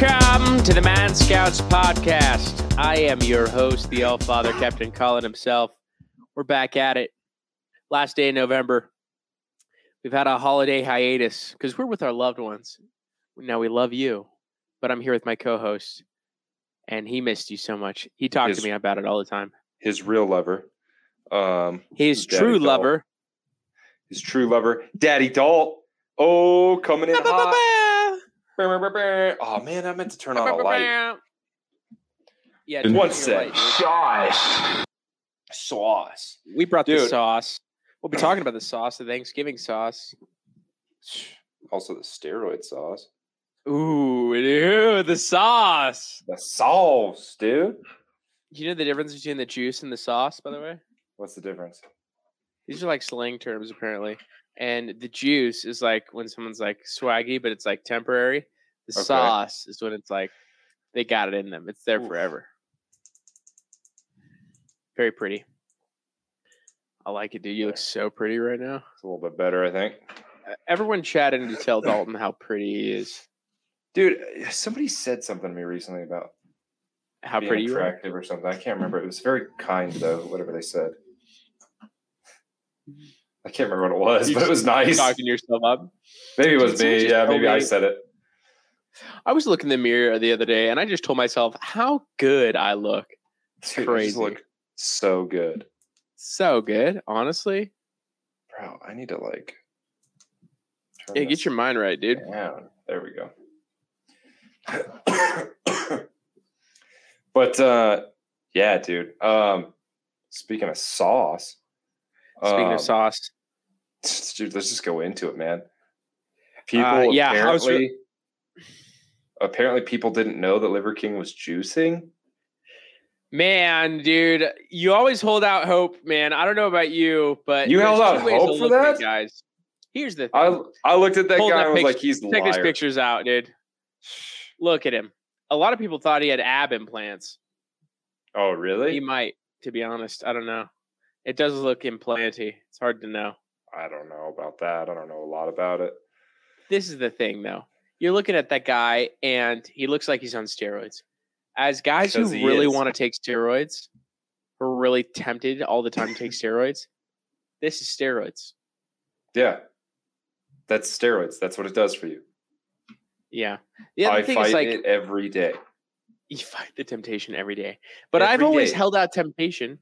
to the Man Scouts podcast. I am your host, the Elf Father, Captain Colin himself. We're back at it. Last day in November. We've had a holiday hiatus because we're with our loved ones. Now we love you, but I'm here with my co-host, and he missed you so much. He talked His- to me about it all the time. his real lover, um, His Daddy true Doll. lover. his true lover, Daddy Dalt. Oh, coming in hot. Oh man, I meant to turn on a light. Yeah, In one turn on your sec. light, dude. Sauce. We brought the Dude. sauce. We'll be talking about the sauce, the Thanksgiving sauce. Also the steroid sauce. Ooh, ew, the sauce. The sauce, dude. You know the difference between the juice and the sauce, by the way? What's the difference? These are like slang terms apparently. And the juice is like when someone's like swaggy, but it's like temporary. The Okay. sauce is when it's like they got it in them. It's there Oof. forever. Very pretty. I like it, dude. You look so pretty right now. It's a little bit better, I think. Uh, Everyone chatting to tell Dalton how pretty he is. Dude, somebody said something to me recently about How being pretty you are. attractive or something. I can't remember. It was very kind though, whatever they said. I can't remember what it was, You but it was nice. Talking yourself up. Maybe it was Someone me. just Yeah, told maybe I me- said it. I was looking in the mirror the other day and I just told myself how good I look. Dude, you just crazy. look so good, So good, honestly. bro. I need to like. turn Yeah, get this your mind right, dude. down. There we go. but uh, yeah, dude. Um, speaking of sauce. Speaking um, of sauce, Uh, dude, let's just go into it, man. People, yeah, I was apparently, re- apparently, people didn't know that Liver King was juicing. man, dude, you always hold out hope, man. I don't know about you, but You held there's out two ways to hope for look at it, that? guys. Here's the thing. I I looked at that Hold guy that and was picture- like, he's Check his liar. pictures out, dude. Look at him. A lot of people thought he had ab implants. Oh, really? He might, to be honest. I don't know. It does look implanty. It's hard to know. I don't know about that. I don't know a lot about it. this is the thing though. You're looking at that guy and he looks like he's on steroids. As guys who 'Cause he really is. want to take steroids, who are really tempted all the time to take steroids, this is steroids. Yeah. That's steroids. That's what it does for you. Yeah. The other I thing fight is like it every day. you fight the temptation every day. But I've Every always day. held out temptation.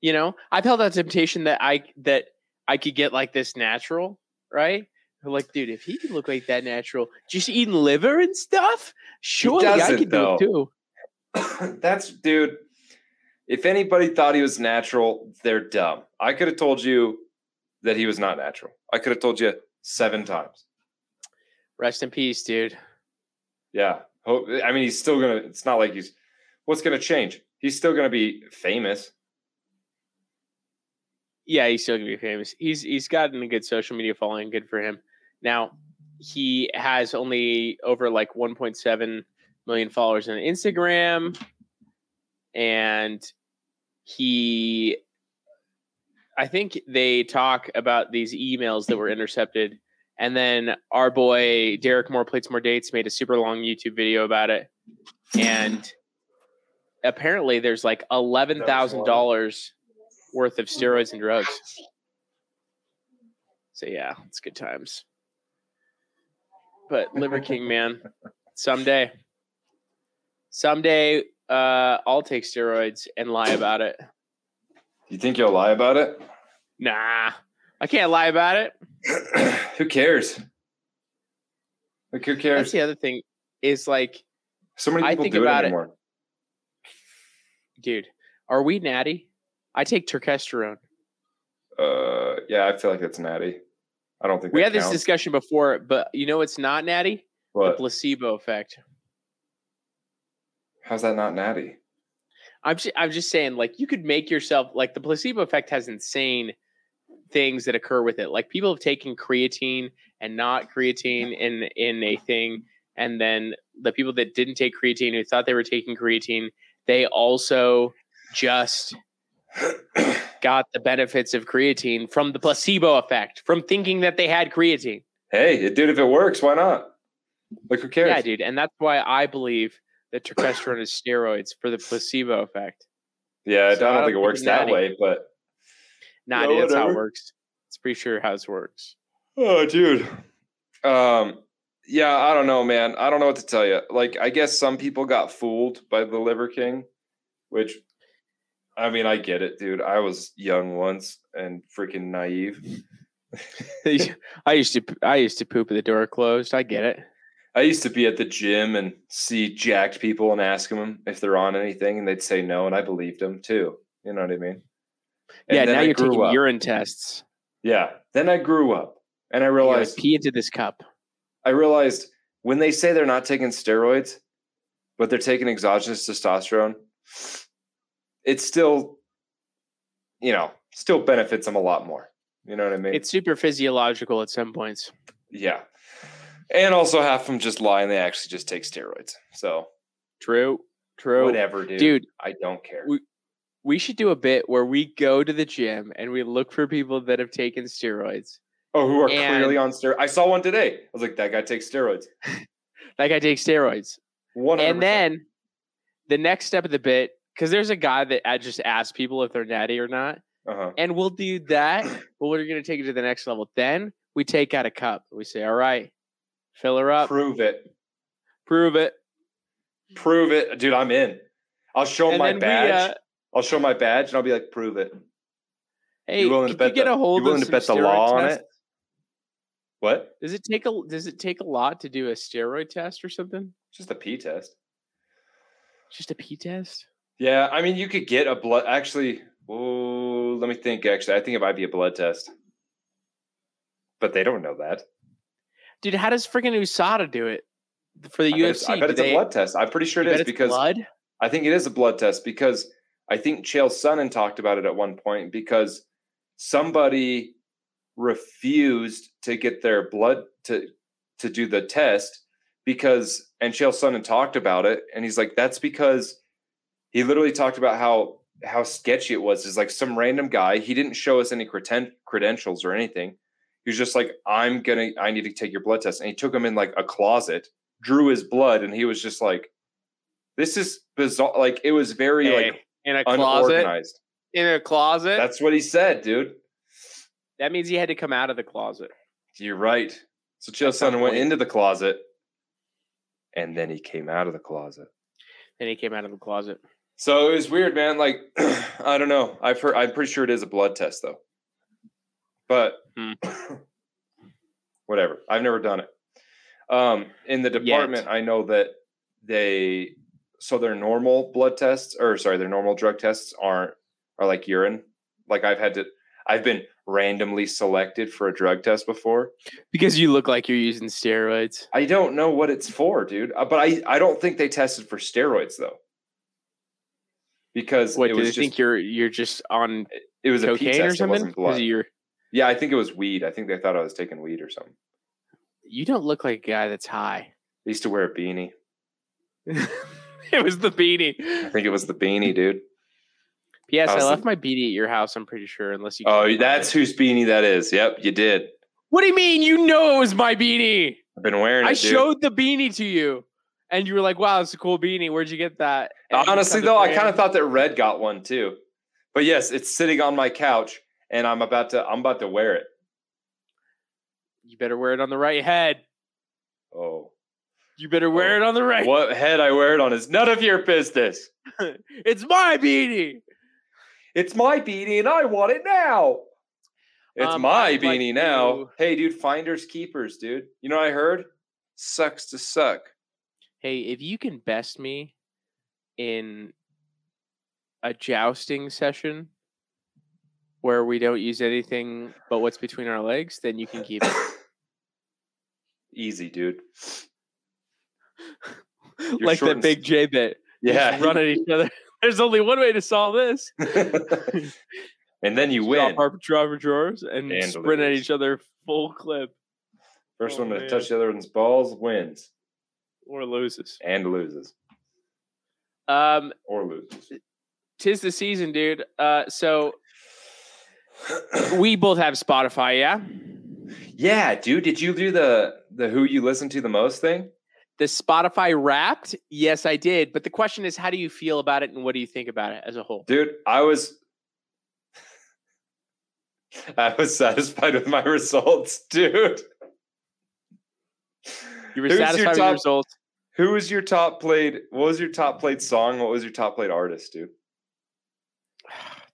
You know, I've held out temptation that I that I could get like this natural, right? I'm like, dude, if he could look like that natural, just eating liver and stuff, surely I doesn't, could though. do it too. That's dude. If anybody thought he was natural, they're dumb. I could have told you that he was not natural. I could have told you seven times. Rest in peace, dude. Yeah. Ho- I mean, he's still gonna. It's not like he's. What's gonna change? He's still gonna be famous. Yeah, he's still gonna be famous. He's he's gotten a good social media following. Good for him. Now he has only over like 1.7 million followers on Instagram, and he, I think they talk about these emails that were intercepted, and then our boy Derek More plates more dates made a super long YouTube video about it, and apparently there's like eleven thousand dollars worth of steroids and drugs. So yeah, it's good times. But Liver King, man, someday, someday, uh, I'll take steroids and lie about it. You think you'll lie about it? Nah, I can't lie about it. who cares? Like, who That's cares? the other thing is like, So many I people think do it about it. anymore. dude, are we natty? I take terkesterone. Uh, yeah, I feel like that's natty. I don't think We that had this counts, discussion before, but you know it's not natty? The but placebo effect. how's that not natty? I'm just, I'm just saying, like you could make yourself like the placebo effect has insane things that occur with it. Like people have taken creatine and not creatine in in a thing, and then the people that didn't take creatine who thought they were taking creatine, they also just got the benefits of creatine from the placebo effect from thinking that they had creatine. Hey, dude, if it works, why not? Like, who cares? Yeah, dude, and that's why I believe that tricuspid is steroids for the placebo effect. Yeah, So I I don't don't think it think works it's that natty. way, but Nah, Yeah, dude, that's how it whatever. works. It's pretty sure how this works. Oh, dude. Um, yeah, I don't know, man. I don't know what to tell you. Like, I guess some people got fooled by the Liver King, which, I mean, I get it, dude. I was young once and freaking naive. I used to I used to poop with the door closed. I get it. I used to be at the gym and see jacked people and ask them if they're on anything, and they'd say no, and I believed them too. You know what I mean? And yeah, then now I you're grew taking up. urine tests. Yeah. Then I grew up and I You're realized like, pee into this cup. I realized when they say they're not taking steroids, but they're taking exogenous testosterone, it's still, you know, still benefits them a lot more. You know what I mean? It's super physiological at some points. yeah. And also half of them just lie and they actually just take steroids. So True. True. whatever, dude. Dude, I don't care. we- we should do a bit where we go to the gym and we look for people that have taken steroids. oh, who are and- clearly on steroids. I saw one today. I was like, that guy takes steroids. Like I take steroids. 100%. And then the next step of the bit, because there's a guy that I just asks people if they're natty or not, uh-huh. and we'll do that. but we're gonna take it to the next level. Then we take out a cup. We say, "All right, fill her up, prove it. prove it." Prove it. Dude, I'm in. I'll show 'em And Oh my then we, badge. uh, I'll show my badge and I'll be like, prove it. hey, willing to could bet you get the- a you hold willing of to some bet the steroid law on it? tests? What? Does it take a Does it take a lot to do a steroid test or something? Just a pee test. Just a pee test? Yeah, I mean, you could get a blood. Actually, oh, let me think. Actually, I think it might be a blood test, but they don't know that. Dude, how does freaking USADA do it for the I bet it's- UFC? I bet Do it's they- a blood test. I'm pretty sure you it bet is it's because blood? I think it is a blood test because I think Chael Sonnen talked about it at one point because somebody refused to get their blood to to do the test because and Chael Sonnen talked about it and he's like that's because he literally talked about how how sketchy it was is like some random guy he didn't show us any creden- credentials or anything he was just like I'm gonna I need to take your blood test and he took him in like a closet drew his blood and he was just like this is bizarre like it was very like Hey, in a closet. unorganized In a closet. that's what he said dude that means he had to come out of the closet. You're right. So Chael some Sonnen went point. into the closet, and then he came out of the closet. And he came out of the closet. So it was weird, man. Like I don't know. I've heard. I'm pretty sure it is a blood test, though. But Hmm. whatever. I've never done it. Um, in the Yet. department, I know that they so their normal blood tests, or sorry, their normal drug tests aren't are like urine. Like I've had to. I've been randomly selected for a drug test before. Because you look like you're using steroids. I don't know what it's for, dude. Uh, But I, I don't think they tested for steroids though, because What it do they was just think you're you're just on it was a pee cocaine or test. It something? wasn't 'Cause blood. You're, Yeah, I think it was weed. I think they thought I was taking weed or something. you don't look like a guy that's high. I used to wear a beanie. it was the beanie. I think it was the Mm. beanie, dude. P.S. I I, was left like- my beanie at your house. I'm pretty sure, unless you. can Oh, find that's it. whose beanie that is. Yep, you did. What do you mean? You know it was my beanie. I've been wearing it. I dude. showed the beanie to you, and you were like, "Wow, it's a cool beanie. Where'd you get that?" And you Honestly, said the though, I brand. kind of thought that Red got one too. But yes, it's sitting on my couch, and I'm about to I'm about to wear it. you better wear it on the right head. Oh, You better wear it on the right. what head I wear it on is none of your business. It's my beanie. It's my beanie and I want it now. It's Um, my I'd like beanie now. to- Hey, dude, finders keepers, dude. You know what I heard? Sucks to suck. Hey, if you can best me in a jousting session where we don't use anything but what's between our legs, then you can keep it. Easy, dude. like short that and big s- J bit. We just Yeah. Run at each other. There's only one way to solve this. and then you win. Drop our, drop our drawers and, And sprint at lose. each other full clip First oh, one to man. touch the other one's balls wins or loses. and loses Um, or loses. tis the season, dude. Uh, so we both have Spotify, yeah? yeah, dude. Did you do the the who you listen to the most thing? the Spotify Wrapped. Yes, I did. But the question is, how do you feel about it, and what do you think about it as a whole? Dude, I was I was satisfied with my results, dude. You were Who's your satisfied with the top- results. Who was your top played? What was your top played song? What was your top played artist, dude?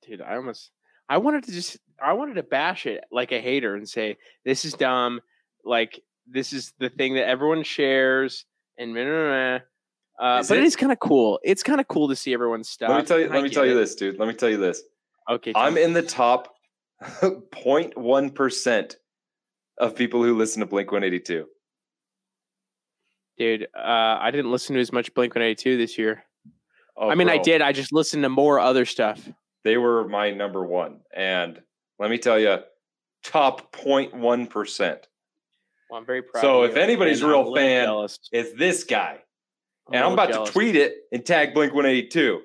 dude i almost i wanted to just i wanted to bash it like a hater and say this is dumb like this is the thing that everyone shares and meh, meh, meh, meh." Uh, Is but it it? is kind of cool it's kind of cool to see everyone's stuff let me tell you. and I Let me get tell you it. this, dude. Let me tell you this. okay tell I'm me. in the top 0.1 percent of people who listen to Blink 182. dude uh, i didn't listen to as much blink 182 this year Oh, i mean i bro. did i just listened to more other stuff They were my number one, and let me tell you, top 0.1 percent. well, i'm very proud So of if you, anybody's and a real I'm a little fan, jealous. It's this guy, and a I'm little about jealous. to tweet it and tag Blink 182.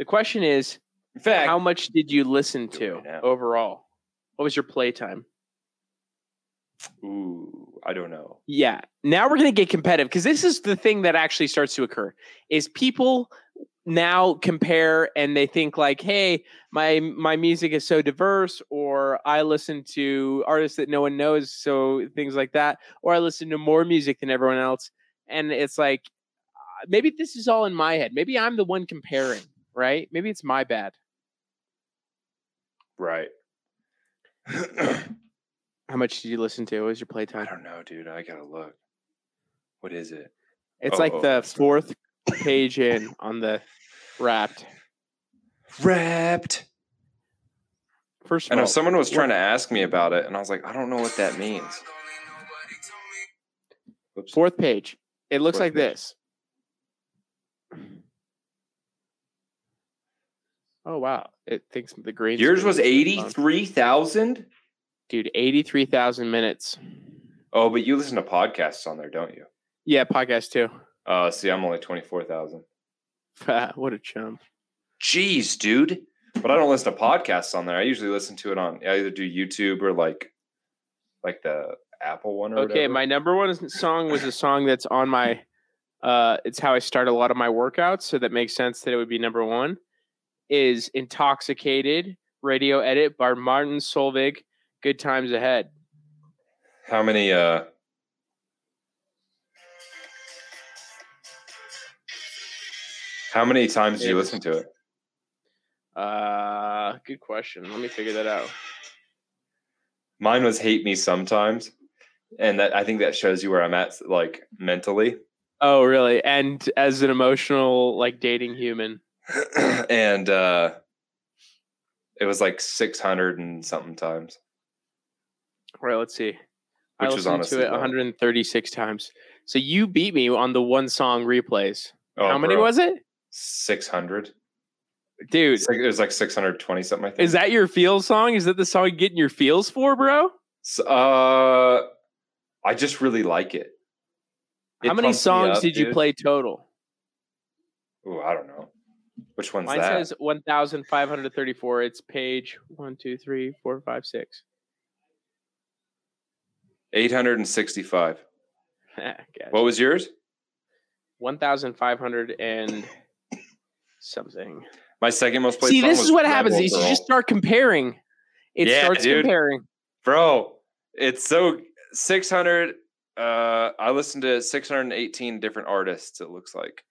the question is In fact, how much did you listen Do it to right now. overall what was your playtime ooh, I don't know. Yeah. Now we're going to get competitive because this is the thing that actually starts to occur is people now compare and they think like, "Hey, my my music is so diverse or I listen to artists that no one knows, so things like that, or I listen to more music than everyone else." And it's like uh, maybe this is all in my head. Maybe I'm the one comparing, right? Maybe it's my bad. Right. I How much did you listen to? What was your playtime? don't know, dude. I gotta look. What is it? It's Oh, like oh, the that's not- fourth page in on the wrapped. Wrapped. First of And all, if someone was what- trying to ask me about it, and I was like, I don't know what that means. Whoops. Fourth page. It looks like Fourth page. this. Oh wow! It thinks the green. Yours screen was is on. eighty-three thousand. Dude, eighty-three thousand minutes. Oh, but you listen to podcasts on there, don't you? Yeah, podcast too. Uh, see, I'm only twenty-four thousand. what a chump. Jeez, dude. But I don't listen to podcasts on there. I usually listen to it on. I either do YouTube or like, like the Apple one or Okay, whatever. my number one is- song was a song that's on my. Uh, it's how I start a lot of my workouts, so that makes sense that it would be number one. Is "Intoxicated" radio edit by Martin Solvig. Good times ahead. How many? uh How many times do you Maybe. listen to it? Uh, good question. Let me figure that out. Mine was "Hate Me Sometimes," and that I think that shows you where I'm at, like mentally. Oh, really? And as an emotional, like dating human. and uh it was like 600 and something times, All right, let's see. I which was listened honestly to it low. 136 times. So you beat me on the one song replays. Oh, How many bro. was it, 600? dude? It's like- It was like 620 something. I think. Is that your feels song? Is that the song you get in your feels for, bro? S- uh, I just really like it. How It many pumps me songs up, did you dude. play total? Ooh, I don't know. Which one's Mine that? says 1,534. It's page one, two, three, four, five, six. 865. Gotcha. What was yours? 1,500 and something. My second most played See, song this is was what Rebel happens. Is you Girl. just start comparing. It Yeah, starts dude. comparing. Bro, it's so 600 uh I listened to 618 different artists it looks like.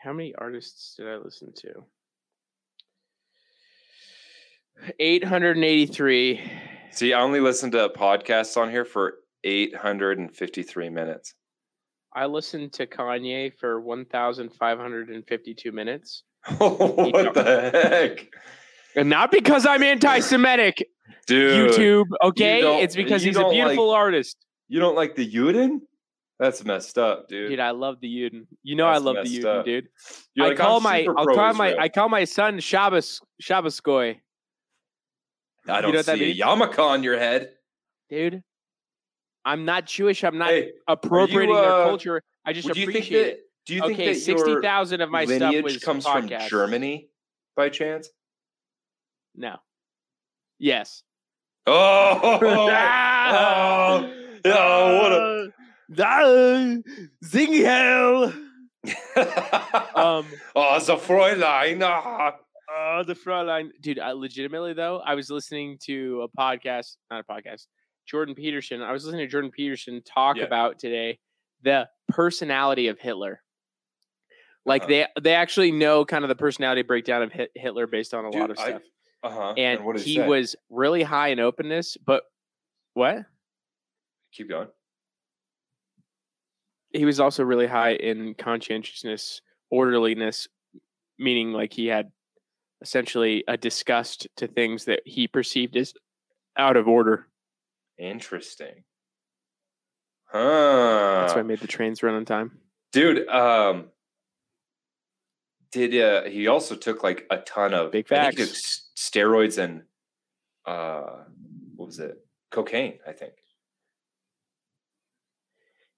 How many artists did I listen to? 883. See, I only listened to podcasts on here for 853 minutes. I listened to Kanye for 1,552 minutes. what the heck? And not because I'm anti Semitic, Dude, YouTube, okay? don't- it's because you he's a don't beautiful like- artist. you don't like the Yuden? That's messed up, dude. Dude, I love the Yuden. You know I That's love the messed Yuden, up. dude. You're I like, call "I'm my super I'll call my pro-Israel." I call my son Shabbos Shabbosgoy. I you don't know what that see means? a yarmulke on your head. Dude, I'm not Jewish. I'm not hey, appropriating their uh, culture. I just would you think appreciate that it. do you think Okay, that sixty your thousand of my stuff lineage was comes podcasts. from Germany by chance? No. Yes. Oh, oh, what a- Ah, Zing hell. oh, Um, the Fräulein. ah. oh, the Fräulein. Dude, I legitimately, though, I was listening to a podcast, not a podcast, Jordan Peterson. I was listening to Jordan Peterson talk Yeah. about today the personality of Hitler. Like Uh-huh. they they actually know kind of the personality breakdown of Hit- Hitler based on a lot Dude, of I- stuff. Uh-huh. and what did he say? was really high in openness, but what? Keep going. He was also really high in conscientiousness, orderliness, meaning like he had essentially a disgust to things that he perceived as out of order. Interesting. Huh. That's why I made the trains run on time. Dude, um did uh he also took like a ton of Big I think he facts. took s- steroids and uh what was it? Cocaine, I think.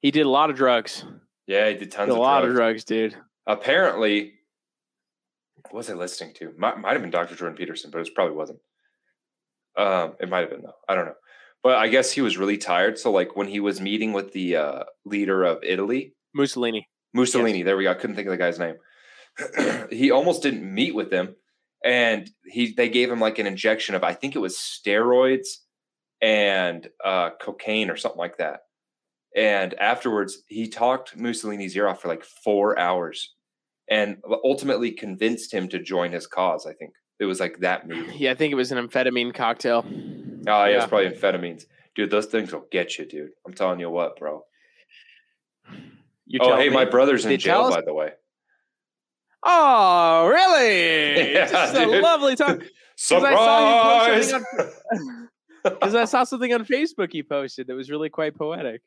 He did a lot of drugs. Yeah, he did Did tons a of lot drugs. of drugs, dude. Apparently, what was I listening to? Might, might have been Dr. Jordan Peterson, but it probably wasn't. Um, it might have been though. I don't know. But I guess he was really tired. So like when he was meeting with the uh, leader of Italy, Mussolini. Mussolini. There we go. I couldn't think of the guy's name. he almost didn't meet with them, and he they gave him like an injection of I think it was steroids and uh, cocaine or something like that. And afterwards, he talked Mussolini's ear off for like four hours, and ultimately convinced him to join his cause. I think it was like that movie. Yeah, I think it was an amphetamine cocktail. Oh yeah, it's probably amphetamines, dude. Those things will get you, dude. I'm telling you what, bro. You oh tell hey, me. my brother's in They tell jail, us- by the way. Oh, really? Yeah, this is a dude. lovely time. Because I saw you post Surprise! something Because I saw something on Facebook he posted that was really quite poetic.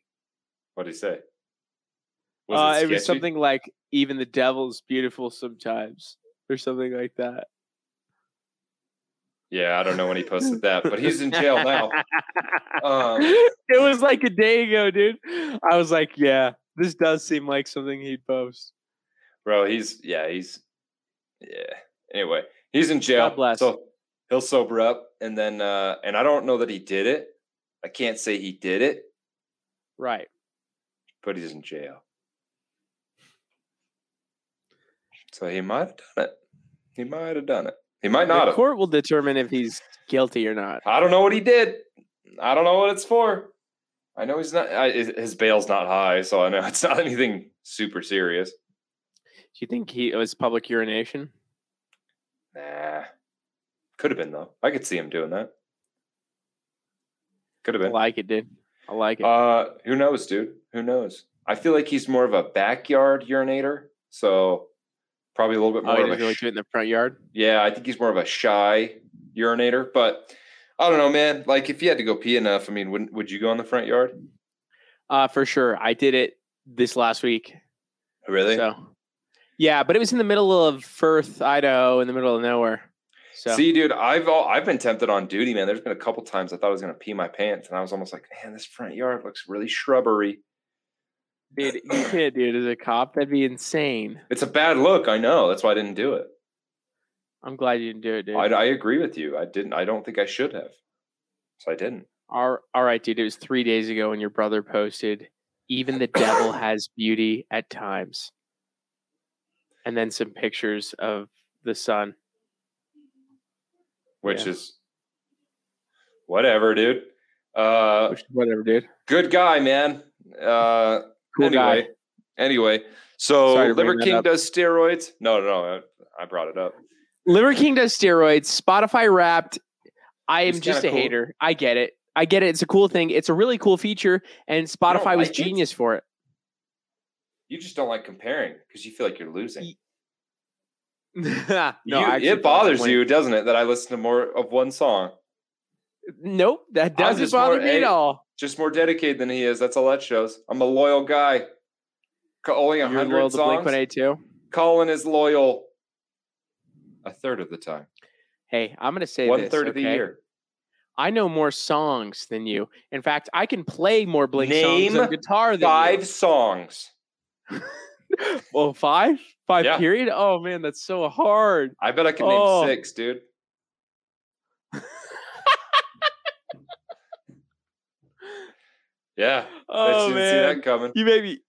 What did he say? uh, it, was sketchy? something like "Even the devil's beautiful sometimes" or something like that. Yeah, I don't know when he posted that, but he's in jail now. Um, it was like a day ago, dude. I was like, "Yeah, this does seem like something he'd post." bro, he's yeah, he's yeah. Anyway, he's in jail. bless. So he'll sober up, and then uh, and I don't know that he did it. I can't say he did it, Right. but he's in jail. So he might have done it. He might have done it. He might not the have. court will determine if he's guilty or not. I don't know what he did. I don't know what it's for. I know he's not. I, his his bail's not high, so I know it's not anything super serious. Do you think he it was public urination? Nah, could have been though. I could see him doing that. Could have I been. like it, dude. I like it. Uh, who knows, dude? Who knows? I feel like he's more of a backyard urinator, so probably a little bit oh, more he of a doesn't really sh- do it in the front yard. Yeah, I think he's more of a shy urinator, but I don't know, man. Like if you had to go pee enough, I mean, wouldn't would you go in the front yard? Uh, for sure. I did it this last week. Really? So, yeah, but it was in the middle of Firth, Idaho, in the middle of nowhere. So, See, dude, I've all, I've been tempted on duty, man. There's been a couple times I thought I was gonna pee my pants, and I was almost like, man, this front yard looks really shrubbery. dude, you can't do it as a cop. That'd be insane. It's a bad look, I know. That's why I didn't do it. I'm glad you didn't do it, dude. I, I agree with you. I didn't. I don't think I should have. So I didn't. All all right, dude. It was three days ago when your brother posted, "Even the devil has beauty at times," and then some pictures of the sun. Which Yeah. is whatever, dude. Uh, Which, whatever, dude. good guy, man. Uh, Cool anyway, guy. anyway. So Sorry to bring Liver that King up. does steroids. No, no, no. I, I brought it up. Liver King does steroids. Spotify Wrapped. I am He's kinda just a cool. hater. I get it. I get it. It's a cool thing. It's a really cool feature, and Spotify was like it? genius for it. You just don't like comparing because you feel like you're losing. Ye- no, You- I actually it feel bothers like I'm you, doesn't it, that I listen to more of one song? winning. Nope, that doesn't just more bother me at a- all. Just more dedicated than he is. That's all that shows. I'm a loyal guy. Co- Only You're a loyal hundred to Blink songs. One Eight Two. Colin is loyal. A third of the time. Hey, I'm gonna say One this, third of the okay? year. I know more songs than you. In fact, I can play more Blink songs Name on guitar than Five songs. You. Well, Oh, five, five Yeah. period. Oh man, that's so hard. I bet I can name Oh. six, dude. Yeah. I Oh didn't see man, that coming. you made me.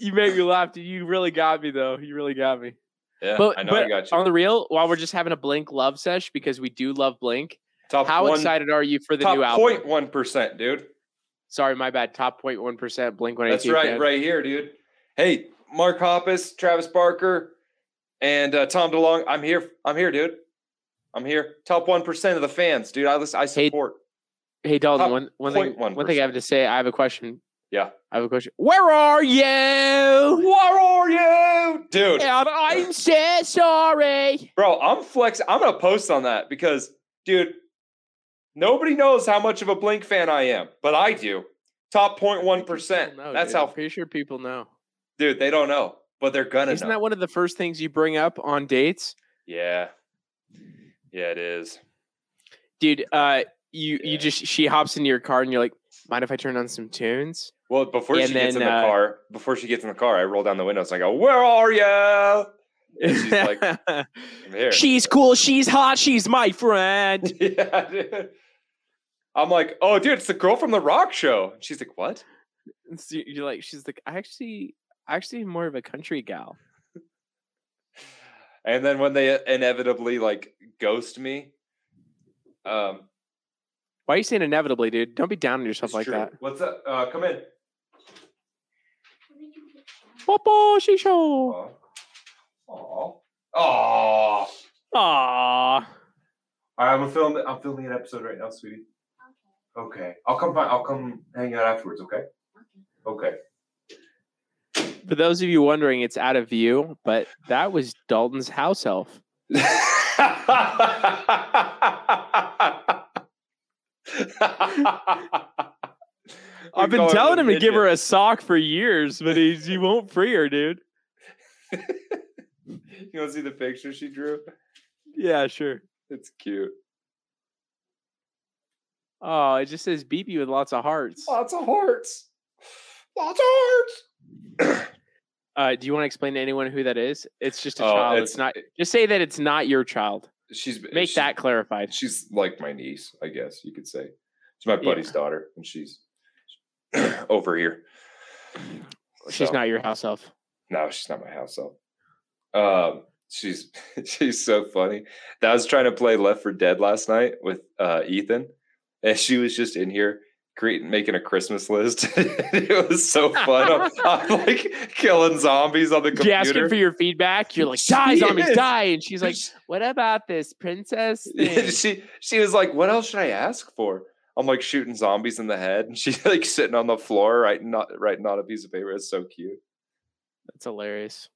You made me laugh. Dude. You really got me though. You really got me. Yeah. But, I know but I got you. on the real, while we're just having a Blink love sesh because we do love Blink, top how one, excited are you for the top new album? point one percent, dude. Sorry, my bad. Top 0.1 percent Blink One Eighty That's Two. right, right here, dude. Hey, Mark Hoppus, Travis Barker, and uh, Tom DeLong. I'm here. I'm here, dude. I'm here. Top one percent of the fans, dude. I listen. I support. Hey Dalton, Top one one thing, one 0.1%. thing I have to say. I have a question. Yeah. I have a question. Where are you? Where are you, dude? And I'm so sorry. Bro, I'm flex. I'm gonna post on that because, dude, nobody knows how much of a Blink fan I am, but I do. Top 0.1 percent. People know, That's dude. I'm how, pretty sure people know. dude. They don't know, but they're gonna Isn't know. that one of the first things you bring up on dates, yeah, yeah, it is. dude? Uh, you Yeah. you just she hops into your car and you're like, mind if I turn on some tunes? Well, before And she gets in then, the uh, car, before she gets in the car, I roll down the windows and I go, "Oh, "Where are you?" And she's like, I'm here. she's cool. She's hot. She's my friend. yeah, dude. I'm like, "Oh, dude, it's the girl from the rock show." And she's like, "What?" And so you're like, she's like, I actually, I actually am more of a country gal. And then when they inevitably like ghost me, um, Why are you saying inevitably, dude? Don't be down on yourself it's like true. that. What's up? Uh, come in. Papa, she show. Aw. Aw. Aw. Aww. All right, I'm filming. I'm filming an episode right now, sweetie. Okay. I'll come. By, I'll come hang out afterwards. Okay. Okay. For those of you wondering, it's out of view, but that was Dalton's house elf. I've I've been telling him to give her a sock for years, but he's, he won't free her, dude. You want to see the picture she drew? Yeah, sure. It's cute. Oh, it just says beep you with lots of hearts. Lots of hearts. Oh, Lots of hearts. Uh, do you want to explain to anyone who that is? It's just a Oh, child. It's, it's- not. Just say that it's not your child. She's b- Make she- that clarified. She's like my niece, I guess you could say. She's my Yeah. buddy's daughter, and she's over here. She's So- not your house elf. No, she's not my house elf. Um, she's she's so funny. That I was trying to play Left for Dead last night with uh, Ethan, and she was just in here creating making a Christmas list. it was so fun. I'm, I'm, like killing zombies on the She asking computer. for your feedback. You're like, She die, zombies, is. die. And she's like, what about this princess thing? she she was like, "What else should I ask for?" I'm like shooting zombies in the head, and she's like sitting on the floor writing not writing on a piece of paper. It's so cute. That's hilarious.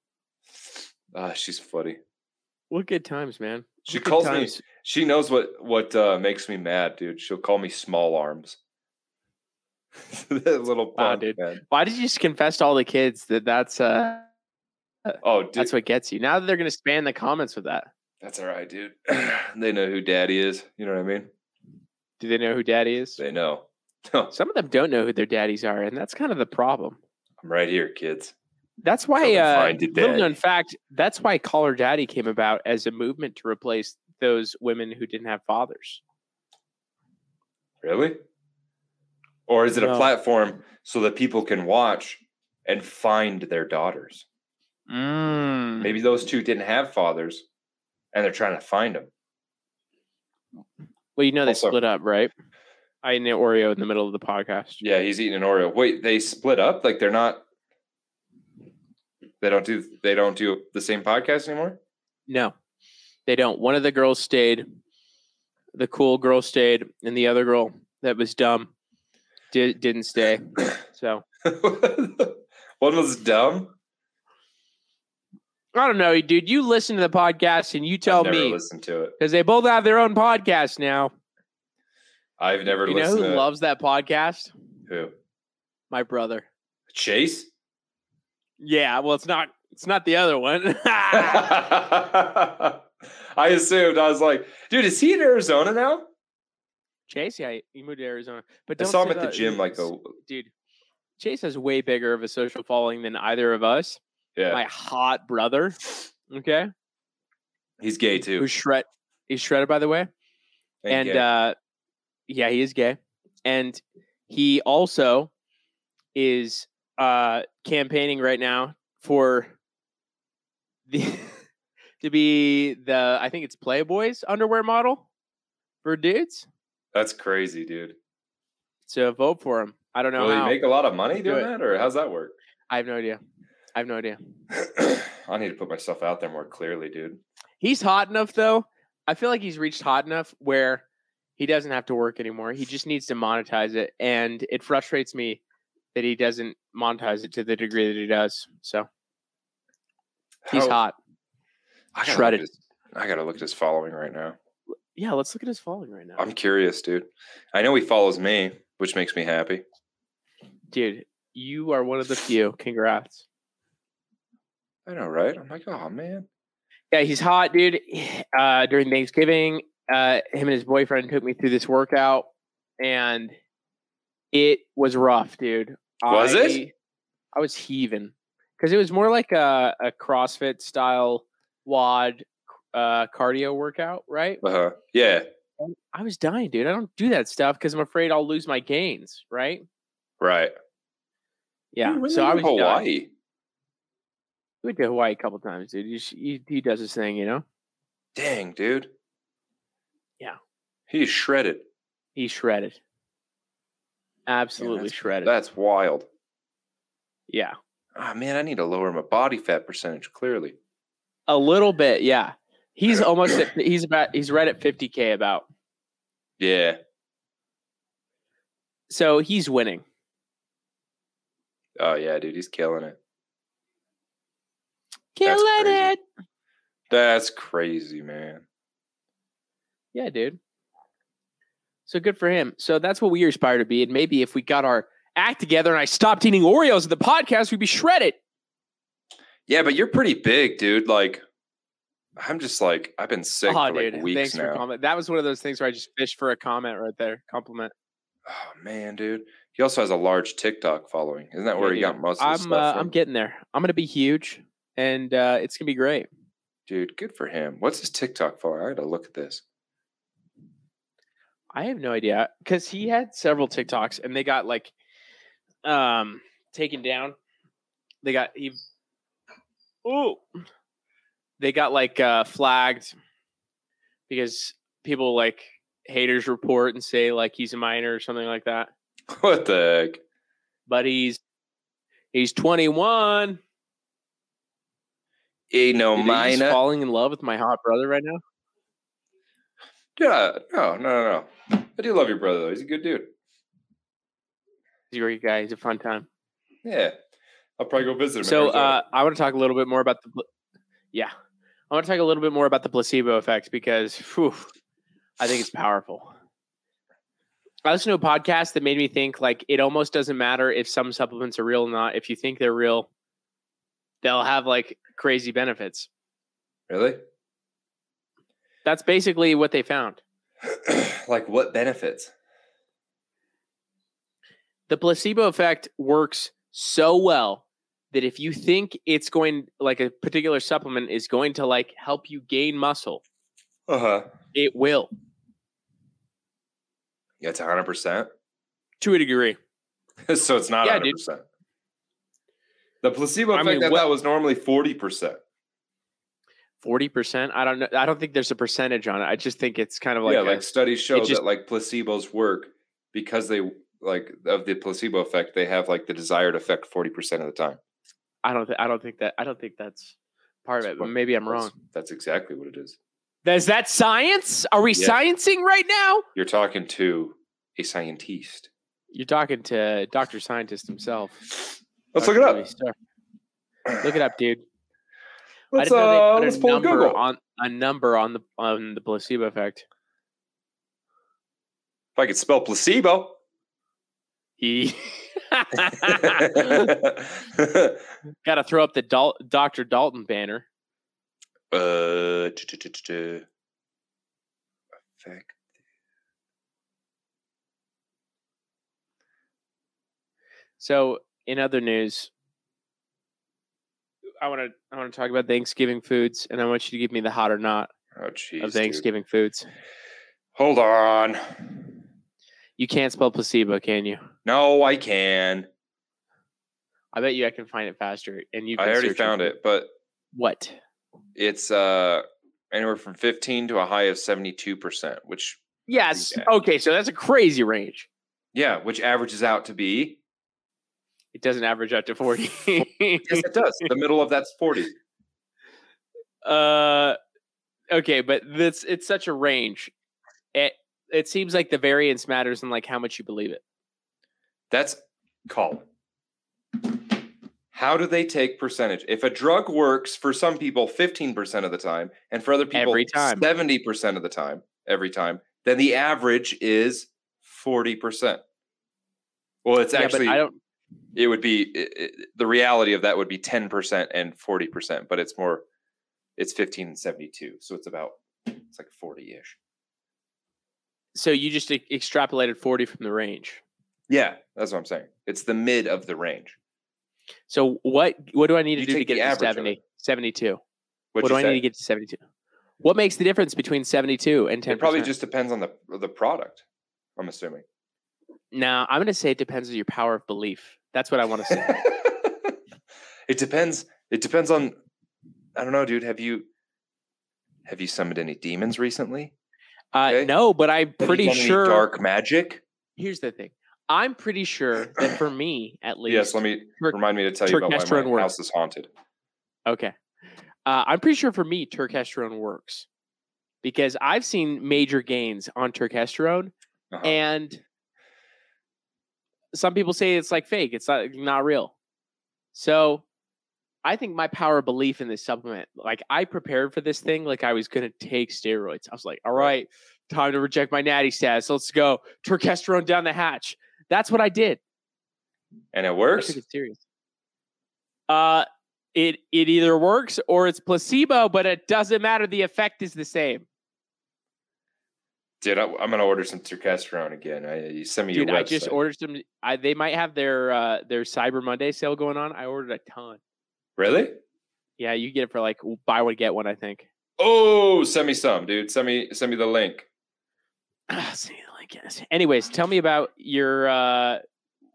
Ah, she's funny. What good times, man. She What good calls me times. She knows what what uh, makes me mad, dude. She'll call me small arms. that little Wow, punk, Ah, dude. man. Why did you just confess to all the kids that that's uh Oh, dude, that's that's, what gets you? Now that they're gonna spam the comments with that. all right, dude. they know who daddy is. You know what I mean? Do they know who daddy is? They know. Some of them don't know who their daddies are, and that's kind of the problem. I'm right here, kids. That's why Come and uh, find your little known daddy. fact, that's why Caller Daddy came about as a movement to replace those women who didn't have fathers. Really? Or is it No. a platform so that people can watch and find their daughters? Mm. Maybe those two didn't have fathers, and they're trying to find them. Well, you know they Also- split up, right? I ate an Oreo in the middle of the podcast. Yeah, he's eating an Oreo. Wait, they split up? Like they're not they don't do they don't do the same podcast anymore? No, they don't. One of the girls stayed. The cool girl stayed, and the other girl that was dumb did didn't stay. So One was dumb. I don't know, dude. You listen to the podcast and you tell I've never me listened to it. because they both have their own podcast now. I've never You know listened who to loves that podcast? it. Who? My brother. Chase? Yeah. Well, it's not. It's not the other one. I Ah. assumed. I was like, dude, is he in Arizona now? Chase, yeah, he moved to Arizona, but I don't say saw him at the that- gym like a dude. Chase has way bigger of a social following than either of us. yeah. My hot brother. Okay. he's gay too. who's shred he's shredded by the way and gay. uh yeah he is gay and he also is uh, campaigning right now for the to be the I think it's Playboy's underwear model for dudes. That's crazy, dude. So vote for him. I don't know. Will how. he make a lot of money Do doing it. that, or how's that work? I have no idea. I have no idea. I need to put myself out there more clearly, dude. He's hot enough though. I feel like he's reached hot enough where he doesn't have to work anymore. He just needs to monetize it, and it frustrates me that he doesn't monetize it to the degree that he does. So he's How- hot. I gotta look Shredded. at his- I gotta look at his following right now. Yeah, let's look at his following right now, I'm curious, dude. I know he follows me, which makes me happy. dude. You are one of the few. Congrats. I know, right? I'm like, oh man. Yeah, he's hot, dude. Uh, during Thanksgiving, uh, him and his boyfriend took me through this workout, and it was rough, dude. Was it? I- I was heaving because it was more like a, a CrossFit style wad uh, cardio workout, right? Uh huh. Yeah. I was dying, dude. I don't do that stuff because I'm afraid I'll lose my gains, right? Right. Yeah. Dude, when so they I go was to Hawaii. Hawaii. We went to Hawaii a couple times, dude. He, sh- he, he does his thing, you know. Dang, dude. Yeah. He's shredded. He shredded. Absolutely that's- shredded. That's wild. yeah. Ah man, I need to lower my body fat percentage. Clearly, A little bit, yeah. He's almost at, he's about he's right at 50k about. yeah, So he's winning. oh yeah, dude, he's killing it. Killing That's crazy. it. That's crazy, man. Yeah, dude. So good for him. So that's what we aspire to be. And maybe if we got our act together and I stopped eating Oreos at the podcast, we'd be shredded. Yeah, but you're pretty big, dude. Like, I'm just like, I've been sick Aw, for like weeks Thanks now. for comment. That was one of those things where I just fished for a comment right there. Compliment. oh man, dude. He also has a large TikTok following. Isn't that Yeah, where he dude. got most of his I'm uh, stuff I'm from? getting there. I'm gonna be huge and uh, it's gonna be great. dude, good for him. What's his TikTok following? I gotta look at this. I have no idea because he had several TikToks and they got like um taken down. They got he ooh they got like uh flagged because people like haters report and say like he's a minor or something like that. What the heck? But he's he's 21. Ain't no Dude, are you just minor. falling in love with my hot brother right now. Yeah, no, no, no, no. I do love your brother though. He's a good dude. He's a great guy. He's a fun time. Yeah, I'll probably go visit him. in So Arizona. uh, I want to talk a little bit more about the, pla- yeah, I want to talk a little bit more about the placebo effect because whew, I think it's powerful. I listened to a podcast that made me think like it almost doesn't matter if some supplements are real or not. If you think they're real, they'll have like crazy benefits. really? That's basically what they found. like what benefits? the placebo effect works so well that if you think it's going like a particular supplement is going to like help you gain muscle, Uh huh. it will Yeah, it's hundred percent. to a degree. So it's not Yeah, hundred dude. percent. The placebo I effect I, mean, thought what- was normally forty percent. Forty percent. I don't know. I don't think there's a percentage on it. I just think it's kind of like, yeah, a- like studies show just- that like placebos work because they like of the placebo effect, they have like the desired effect forty percent of the time. I don't. Th- I don't think that. I don't think that's part of That's it. But what- maybe I'm That's- wrong. That's exactly what it is. Is that science? Are we Yeah. sciencing right now? You're talking to a scientist. You're talking to Doctor Scientist himself. Dr. Let's look it up. Louis Starr. Look it up, dude. Let's I didn't know uh, they let's put a pull number Google on a number on the on the placebo effect. if I could spell placebo. He uh, got to throw up the Dal- Dr. Dalton banner. Uh, tu- tu- tu- tu- tu. Effect. So, in other news, I want to I want to talk about Thanksgiving foods, and I want you to give me the hot or not Oh, jeez. of dude. Thanksgiving foods. Hold on. You can't spell placebo, can you? No, I can. I bet you I can find it faster. And you, I can already search for- found it, but What? it's uh anywhere from 15 to a high of 72%, which Yes. bad. Okay, so that's a crazy range. yeah, which averages out to be It doesn't average out to forty. yes, it does. the middle of that's 40. uh, okay, but that's it's such a range. It it seems like the variance matters in like how much you believe it. That's call. How do they take percentage? If a drug works for some people 15% of the time and for other people Every time. 70% of the time, every time, then the average is 40%. Well, it's actually I don't. it would be i i the reality of that would be 10% and 40%, but it's more it's 15 and 72. So it's about it's like 40-ish. So you just e- extrapolated forty from the range. Yeah, that's what I'm saying. It's the mid of the range. So what what do I need to You do to take the get it to average of 70, 72? What'd what do you I say? need to get to 72? What makes the difference between 72 and 10%? It probably just depends on the the product. I'm assuming. Now, I'm going to say it depends on your power of belief. That's what I want to say. it depends. It depends on. I don't know, dude. Have you have you summoned any demons recently? Uh, Okay. No, but I'm Have you pretty done any sure. dark magic. Here's the thing. I'm pretty sure that for me, at least. Yes, let me Turk- remind me to tell you about why Turkesterone my works. house is haunted. Okay. Uh, I'm pretty sure for me, turkesterone works because I've seen major gains on turkesterone, Uh-huh. and some people say it's like fake. It's not not real. So, I think my power of belief in this supplement, like I prepared for this thing, like I was gonna take steroids. I was like, all right, time to reject my natty status. Let's go turkesterone down the hatch. That's what I did. and it I works. took it serious. Uh, it it either works or it's placebo, but it doesn't matter. The effect is the same. Dude, I, I'm gonna order some turkesterone again. I, you send me Dude, your website. I just ordered some. I, they might have their uh, their Cyber Monday sale going on. I ordered a ton. really? Yeah, you get it for like w- buy one get one. I think. Oh, send me some, dude. Send me send me the link. See, like, yes. Anyways, tell me about your. Uh,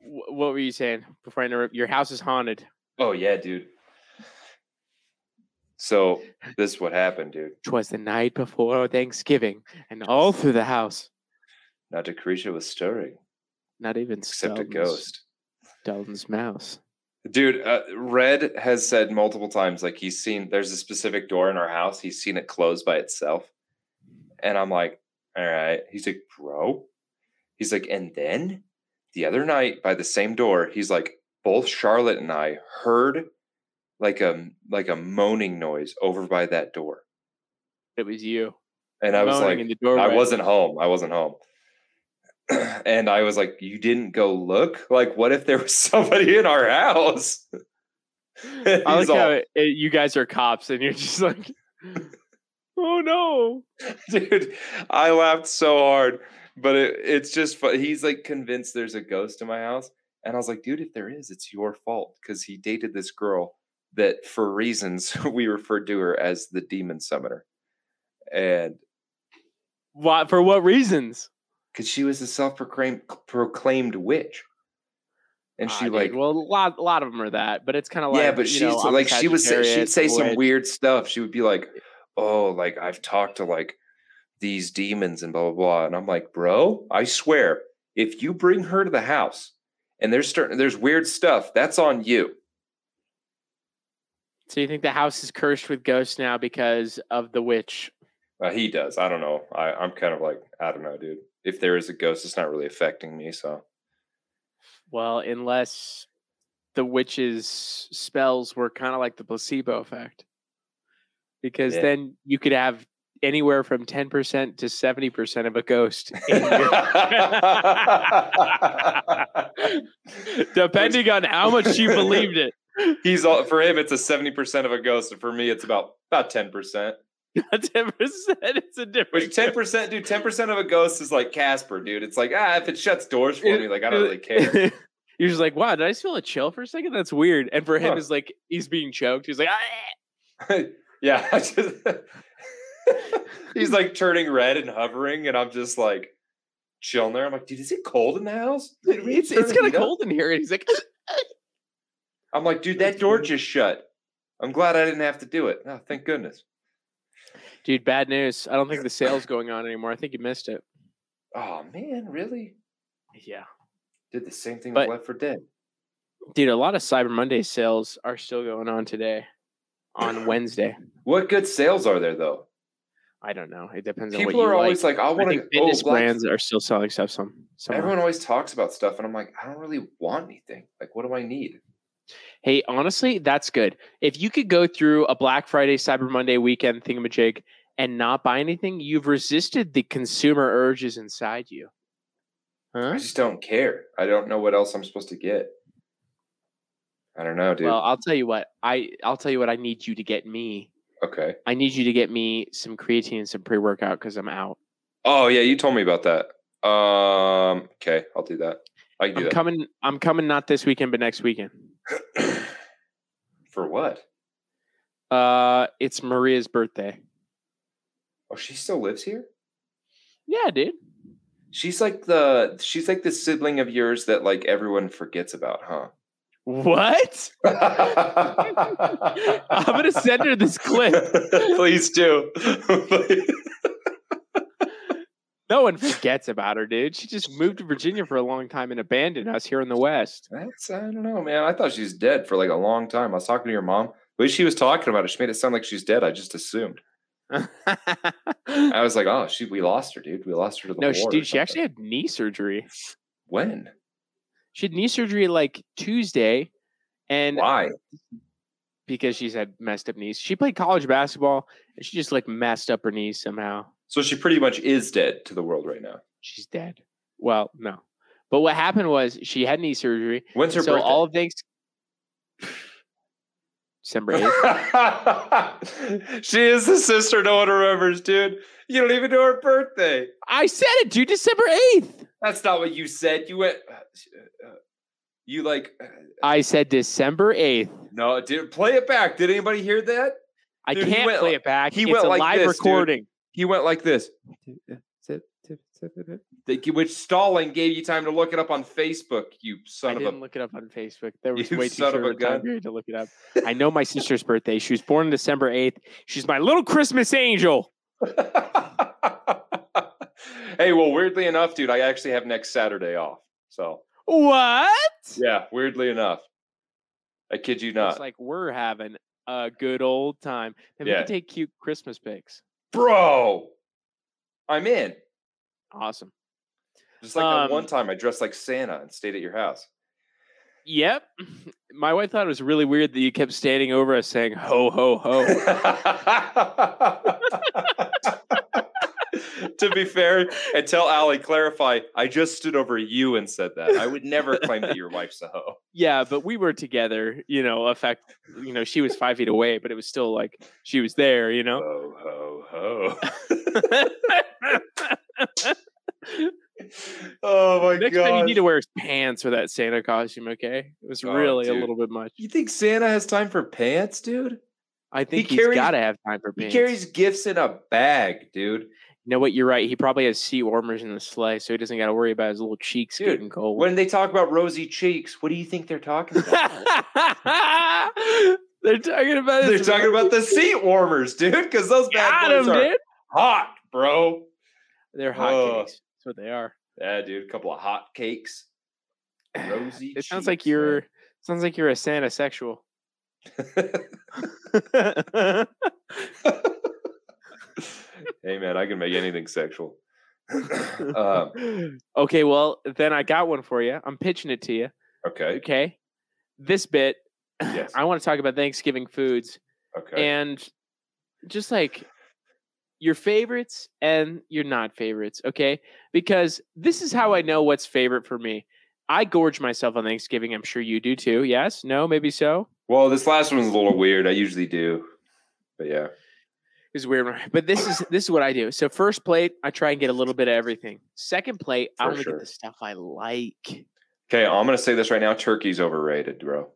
wh- what were you saying before I interrupt? Your house is haunted. Oh yeah, dude. So this is what happened, dude. Twas the night before Thanksgiving, and all through the house, Not a creature was stirring not even except a Sheldon's- ghost. Sheldon's mouse. Dude, uh, Red has said multiple times like he's seen there's a specific door in our house. He's seen it close by itself. And I'm like, all right. He's like, bro. He's like, and then the other night by the same door, he's like, both Charlotte and I heard like a like a moaning noise over by that door. It was you. And I was moaning like, in the I doorway. wasn't home. I wasn't home. and I was like, You didn't go look? Like, what if there was somebody in our house? And I like he's how all, it, it- you guys are cops and you're just like, oh no. Dude, I laughed so hard, but it, it's just fun. He's like convinced there's a ghost in my house. And I was like, Dude, if there is, it's your fault because he dated this girl that, for reasons, we referred to her as the demon summoner. And Why? For what reasons? because she was a self-proclaimed proclaimed witch, and Ah, she dude, like well, a lot, a lot of them are that, but it's kind of like, yeah, but you she's know, I'm a like she was say- she'd Sagittarius, say I'm a some witch. weird stuff. She would be like, "Oh, like I've talked to like these demons and blah blah blah," and I'm like, "Bro, I swear, if you bring her to the house and there's certain there's weird stuff, that's on you." So you think the house is cursed with ghosts now because of the witch? Uh, he does. I don't know. I, I'm kind of like I don't know, dude. If there is a ghost, it's not really affecting me. So Well, unless the witch's spells were kind of like the placebo effect, because Yeah. then you could have anywhere from ten percent to seventy percent of a ghost in your depending on how much you believed it. He's all for him. It's a seventy percent of a ghost, and for me, it's about about ten percent. Ten percent, it's a different. Which ten percent, dude? Ten percent of a ghost is like Casper, dude. It's like ah, if it shuts doors for me, like I don't really care. You're just like, wow, did I just feel a chill for a second? That's weird. And for him, Huh. it's like he's being choked. He's like, "Ah." yeah, I just he's like turning red and hovering, and I'm just like chilling there. I'm like, dude, is it cold in the house? Did we it's turn it's the kind heat of up?" cold in here. And he's like, I'm like, dude, that door just shut. I'm glad I didn't have to do it. Oh, thank goodness. Dude, bad news. I don't think the sale's going on anymore. I think you missed it. Oh man, really? Yeah. Did the same thing But- with Left for Dead. Dude, a lot of Cyber Monday sales are still going on today on Wednesday. What good sales are there though? I don't know. It depends on People what you are like. always like, I I want to think fitness brands are still selling stuff some somewhere. Everyone always talks about stuff, and I'm like, I don't really want anything. Like, what do I need? Hey, honestly, that's good. If you could go through a Black Friday, Cyber Monday weekend thingamajig and not buy anything, you've resisted the consumer urges inside you. I Huh? just don't care. I don't know what else I'm supposed to get. I don't know, dude. Well, I'll tell you what. I I'll tell you what I need you to get me. okay. I need you to get me some creatine and some pre-workout cuz I'm out. Oh yeah, you told me about that. Um. Okay, I'll do that. I can do I'm that. coming I'm coming not this weekend but next weekend. For what? Uh it's Maria's birthday. Oh, she still lives here. Yeah, dude. She's like the she's like the sibling of yours that like everyone forgets about, huh? What? I'm going to send her this clip. Please do. No one forgets about her, dude. She just moved to Virginia for a long time and abandoned us here in the West. That's I don't know, man. I thought she was dead for like a long time. I was talking to your mom. The way she was talking about it, she made it sound like she's dead. I just assumed. no, I was like, oh, she we lost her, dude. We lost her to the war. she, or dude, she actually something." had knee surgery. when? She had knee surgery like Tuesday, and Why? because she's had messed up knees, she played college basketball and she just like messed up her knees somehow. So she pretty much is dead to the world right now. She's dead. Well, no, but what happened was she had knee surgery, When's her so birthday? all of things. December eighth. she is the sister no one remembers, dude. You don't even know her birthday. I said it, dude. December eighth. That's not what you said. You went. uh, uh, You like uh, I said December eighth. no, dude. Play it back. Did anybody hear that? I Dude, he can't went play li- it back. he it's went a like live this, dude. recording. He went like this. They gi- Which stalling gave you time to look it up on Facebook, you I son of didn't a. look it up on Facebook. There was You way too son short of of a a gun. time period to look it up. I know my sister's birthday. She was born on December eighth. She's my little Christmas angel. hey, well, weirdly enough, dude, I actually have next Saturday off. So, What? yeah, weirdly enough. I kid you It's not. like we're having a good old time. And we Yeah. can take cute Christmas pics. Bro, I'm in. Awesome. Just like that one Um, time I dressed like Santa and stayed at your house. Yep. My wife thought it was really weird that you kept standing over us saying ho ho ho. to be fair, and tell Allie, clarify, I just stood over you and said that. I would never claim that your wife's a hoe. yeah, but we were together, you know, effect you know, she was five feet away, but it was still like she was there, you know. Ho, ho, ho. oh my Next time you need to wear is pants for that Santa costume, okay? It was Oh, really dude. a little bit much. You think Santa has time for pants, dude? I think carries- he's got to have time for He pants. carries gifts in a bag, dude. you know what? You're right. He probably has seat warmers in the sleigh, so he doesn't got to worry about his little cheeks Dude, getting cold. When they talk about rosy cheeks, what do you think they're talking about? They're talking about they're his- talking about the seat warmers, dude, because those bad Got boys him, are dude. hot, bro. They're Oh. hotcakes. That's what they are. Yeah, dude, a couple of hot cakes. Rosy. It sounds like cheeks, man. you're sounds like you're a Santa sexual. hey, man, I can make anything sexual. um, okay, well then I got one for you. I'm pitching it to you. okay. Okay, this bit. Yes. I want to talk about Thanksgiving foods Okay. and just like your favorites and your not favorites. Okay, because this is how I know what's favorite for me. I gorge myself on Thanksgiving. I'm sure you do too. Yes? No? Maybe so. Well, this last one's a little weird. I usually do. But yeah. It's a weird, one. but this is this is what I do. So first plate, I try and get a little bit of everything. Second plate, I For only sure. get the stuff I like. Okay, I'm gonna say this right now. Turkey's overrated, bro.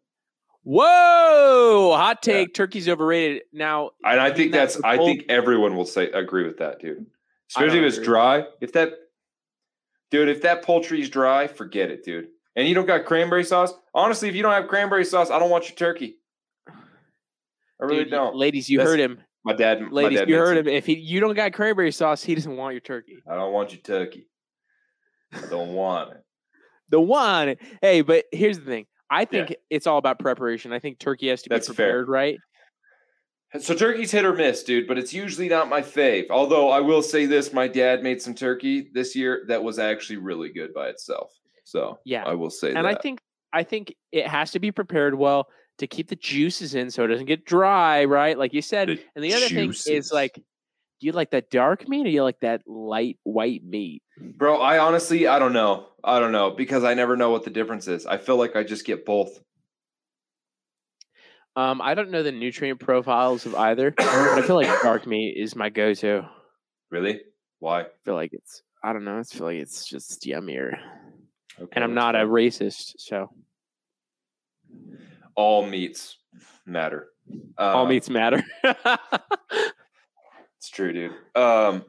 Whoa! Hot Yeah. take. Turkey's overrated. Now, And I think mean, that's that's the I whole- think everyone will say agree with that, I dude. don't Especially if it's agree. dry. If that dude, if that poultry's dry, forget it, dude. and you don't got cranberry sauce, honestly, if you don't have cranberry sauce, I don't want your turkey. I really Dude, you- don't. Ladies, you That's- heard him. My dad, my Ladies, dad you makes heard him. it. If he, you don't got cranberry sauce, he doesn't want your turkey. I don't want your turkey. I don't want it. The one. Hey, but here's the thing. I think it's all about preparation. I think turkey has to be That's fair. prepared right. So turkey's hit or miss, dude, but it's usually not my fave. Although I will say this, my dad made some turkey this year that was actually really good by itself. So Yeah. I will say and that. I think I think it has to be prepared well to keep the juices in so it doesn't get dry, right? Like you said. The and the other thing is juices. like do you like that dark meat or you like that light white meat? Bro, I honestly I don't know. I don't know because I never know what the difference is. I feel like I just get both. Um, I don't know the nutrient profiles of either, but I feel like dark meat is my go-to. I Really? Why? feel like it's I don't know, I feel like it's just yummier. Okay, And I'm that's not a fair. racist, so all meats matter. all Um, meats matter. It's true, dude. Um,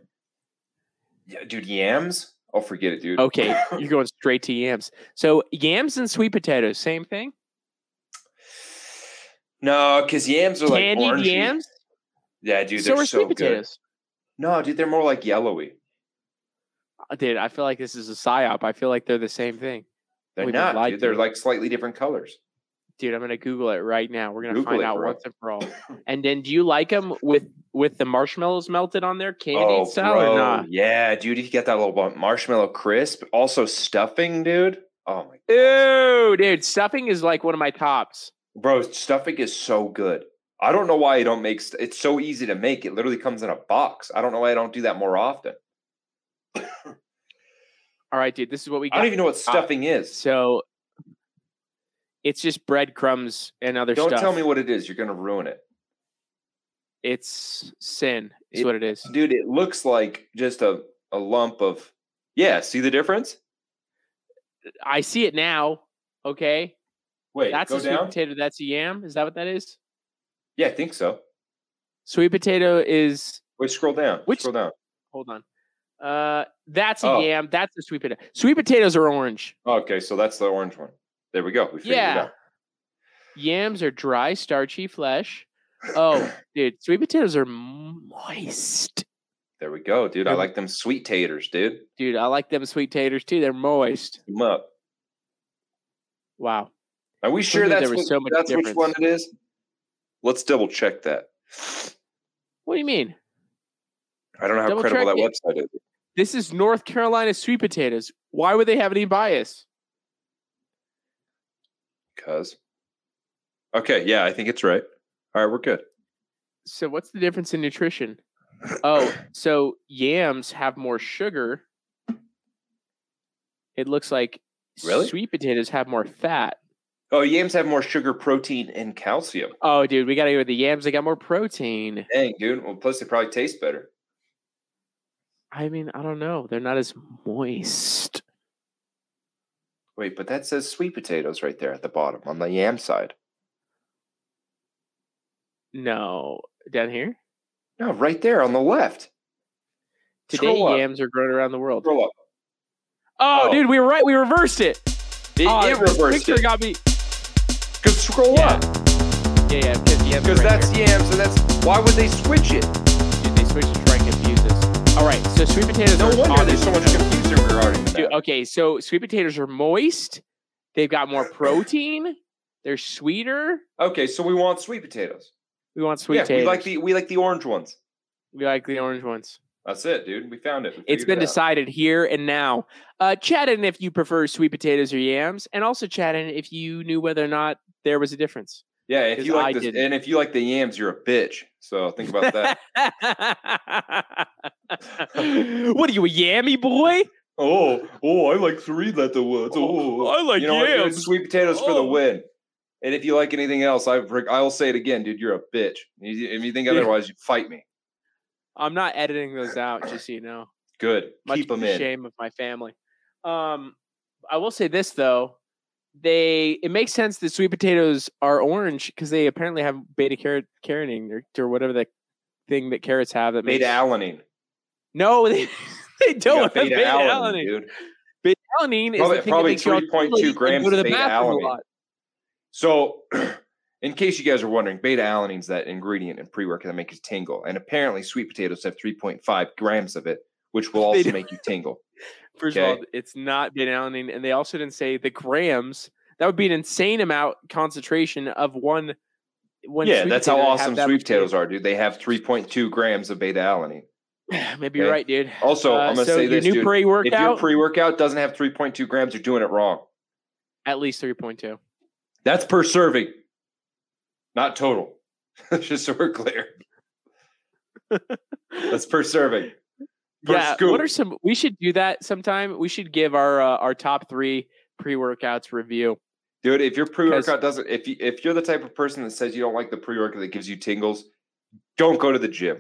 yeah, dude, yams. I'll forget it, dude. Okay, you're going straight to yams. So yams and sweet potatoes, same thing. No, because yams are like Candied orangey. yams. Yeah, dude, so they're are so sweet good. potatoes. No, dude, they're more like yellowy. Uh, Dude, I feel like this is a psyop. I feel like they're the same thing. They're We've been not, lied dude. to. They're like slightly different colors. Dude, I'm gonna Google it right now. We're gonna Google find it, out bro. once and for all. And then, do you like them with with the marshmallows melted on there, candied oh, style or bro. not? Yeah, dude, you get that little bump. marshmallow crisp. Also stuffing, dude. Oh my, Ew, dude, stuffing is like one of my tops. bro, stuffing is so good. I don't know why I don't make. St- it's so easy to make. It literally comes in a box. I don't know why I don't do that more often. All right, dude, this is what we I don't got. even know what stuffing is. So it's just breadcrumbs and other Don't stuff. tell me what it is. You're gonna ruin it, it's sin. Is It- what it is. dude. It looks like just a a lump of. Yeah, see the difference? I see it now. Okay. Wait, That's go a sweet down. potato. That's a yam. Is that what that is? yeah, I think so. Sweet potato is Wait, scroll down. Which- scroll down? hold on. Uh that's a Oh. yam. That's a sweet potato. Sweet potatoes are orange. Okay, so that's the orange one. There we go. We figured Yeah. it out. Yams are dry, starchy flesh. Oh, dude, sweet potatoes are moist. There we go, dude. I Yep. like them sweet taters, dude. Dude, I like them sweet taters too. They're moist. Them up. Wow. Are we sure knew there that's, was what- so much that's which one difference. it is? Let's double check that. What do you mean? I don't know how Double credible that check website is. This is North Carolina sweet potatoes. Why would they have any bias? Because. Okay, yeah, I think it's right. All right, we're good. So what's the difference in nutrition? Oh, so yams have more sugar. It looks like Really? sweet potatoes have more fat. Oh, yams have more sugar, protein, and calcium. Oh, dude, we got to go with the yams. They got more protein. Dang, dude. Well, plus they probably taste better. I mean, I don't know. They're not as moist. Wait, but that says sweet potatoes right there at the bottom on the yam side. No, down here No, right there on the left. today, Scroll up. yams are grown around the world. Scroll up. Oh, Oh. dude, we were right. We reversed it. It, oh, it this reversed picture it. got me. Go scroll Yeah. up Yeah, yeah, because yams. because are right that's yams, and that's why would they switch it? here. Dude, they switched to try and confuse us. All right, so sweet potatoes. No are wonder there's so much obviously- confusion regarding that. Dude, okay, so sweet potatoes are moist. They've got more protein. They're sweeter. Okay, so we want sweet potatoes. We want sweet yeah, potatoes. we like the we like the orange ones. we like the orange ones. That's it, dude. We found it. We It's been figured it out. decided here and now. Uh, chat in if you prefer sweet potatoes or yams, and also chat in if you knew whether or not there was a difference. Yeah, if 'cause you like I this, didn't. and if you like the yams, you're a bitch. So think about that. what are you, a yammy boy? oh, oh, I like to read that the words. Oh. I like you know what, dude? yams. Sweet potatoes for the Oh. win. And if you like anything else, I I'll say it again, dude. You're a bitch. If you- if you think Dude. otherwise, you fight me. I'm not editing those out, just so you know. Good. much Keep to them the in. shame of my family. Um, I will say this though, they it makes sense that sweet potatoes are orange because they apparently have beta carot carotene or, or whatever that thing that carrots have that Beta makes alanine. no they, they You don't got have beta, alanine. dude. Beta alanine Probably- is the thing probably that makes you 3.2 articulate and grams go to of the beta bathroom alanine. a lot. So, in case you guys are wondering, beta alanine's that ingredient in pre workout that makes you tingle, and apparently sweet potatoes have 3.5 grams of it, which will They also do. make you tingle. First of Okay. all, it's not beta alanine, and they also didn't say the grams. That would be an insane amount concentration of one. one yeah, sweet that's how potato to have awesome that sweet much beta- potatoes are, dude. They have 3.2 grams of beta alanine. Maybe you're okay? right, dude. Also, I'm Uh, gonna so say your this, new dude. If your pre-workout pre workout doesn't have 3.2 grams, you're doing it wrong. at least three point two. That's per serving, not total. Just so we're clear, that's per serving. Per yeah. scoop. What are some? We should do that sometime. We should give our uh, our top three pre workouts review. Dude, if your pre-workout doesn't if you if you're the type of person that says you don't like the pre-workout that gives you tingles, don't go to the gym.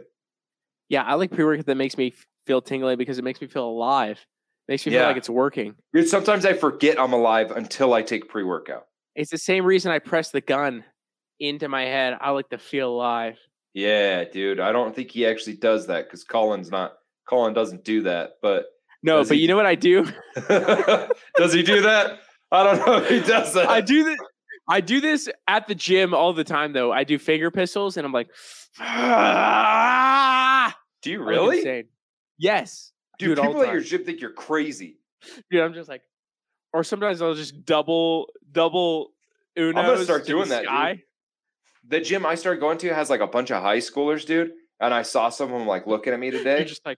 Yeah, I like pre workout that makes me f- feel tingly because it makes me feel alive. Makes me feel like Yeah. it's working. Dude, sometimes I forget I'm alive until I take pre-workout. It's the same reason I press the gun into my head. I like to feel alive. Yeah, dude. I don't think he actually does that because Colin's not Colin doesn't do that, but No, Does but he- you know what I do? does he do that? I don't know if he does that. I do this. I do this at the gym all the time, though. I do finger pistols, and I'm like, "Ah!" do you I'm, like, really? Dude, insane. Yes, dude, all the people at your time. gym think you're crazy. dude. I'm just like, or sometimes I'll just double, double. Unos start to doing the that, dude. sky. The gym I started going to has like a bunch of high schoolers, dude. And I saw some of them like looking at me today. You're just like,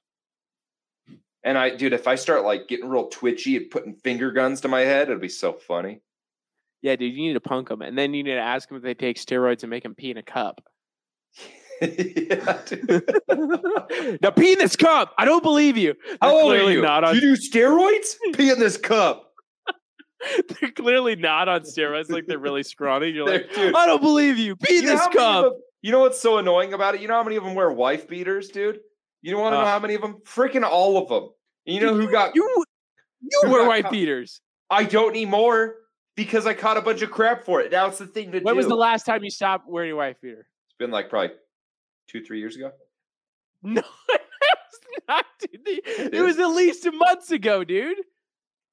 And I, dude, if I start like getting real twitchy and putting finger guns to my head, it'll be so funny. yeah, dude. You need to punk them, and then you need to ask them if they take steroids and make them pee in a cup. yeah, dude. now pee in this cup. I don't believe you. They're How old are clearly you? Not on, you do steroids? Pee in this cup. they're clearly not on steroids. Like they're really scrawny. You're They're- like, dude, I don't believe you. Pee in you know this how many of cup. them- you know what's so annoying about it? You know how many of them wear wife beaters, dude? You want to Uh. know how many of them? Freaking all of them. And you know who got? You you Who wear got white caught? beaters. I don't need more because I caught a bunch of crap for it. Now it's the thing to When do. was the last time you stopped wearing your white beater? It's been like probably two, three years ago. No, it was not, dude. The- It Dude. was at least months ago, dude.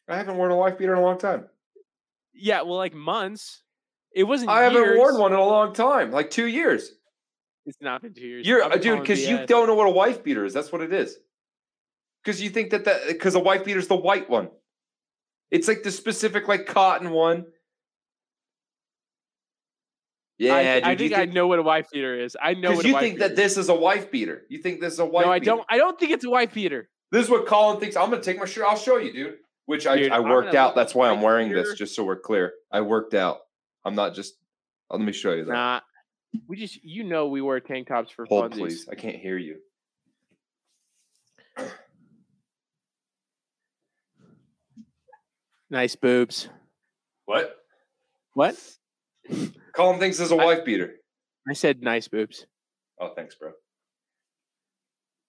I haven't worn a wife beater in a long time. Yeah, well, like months. It wasn't. I haven't years. worn one in a long time, like two years. It's not been two years. You're I'm uh, dude, calling because you BS. don't know what a wife beater is. That's what it is. Because you think that that because a wife beater is the white one. It's like the specific like cotton one. Yeah, I, dude. I you think, I think, know what a white beater is. I know because what a you white think beater that this is a wife beater. You think this is a is. wife? No, I beater. don't. I don't think it's a white beater. This is what Colin thinks. I'm gonna take my shirt. I'll show you, dude. Which I, Dude, I I'm worked gonna out. look That's why I'm right wearing here. this. Just so we're clear, I worked out. I'm not just. oh, let me show you that. Nah, we just you know we wear tank tops for Hold funsies. please. I can't hear you. Nice boobs. What? What? Colin thinks this is a I- wife beater. I said nice boobs. Oh, thanks, bro.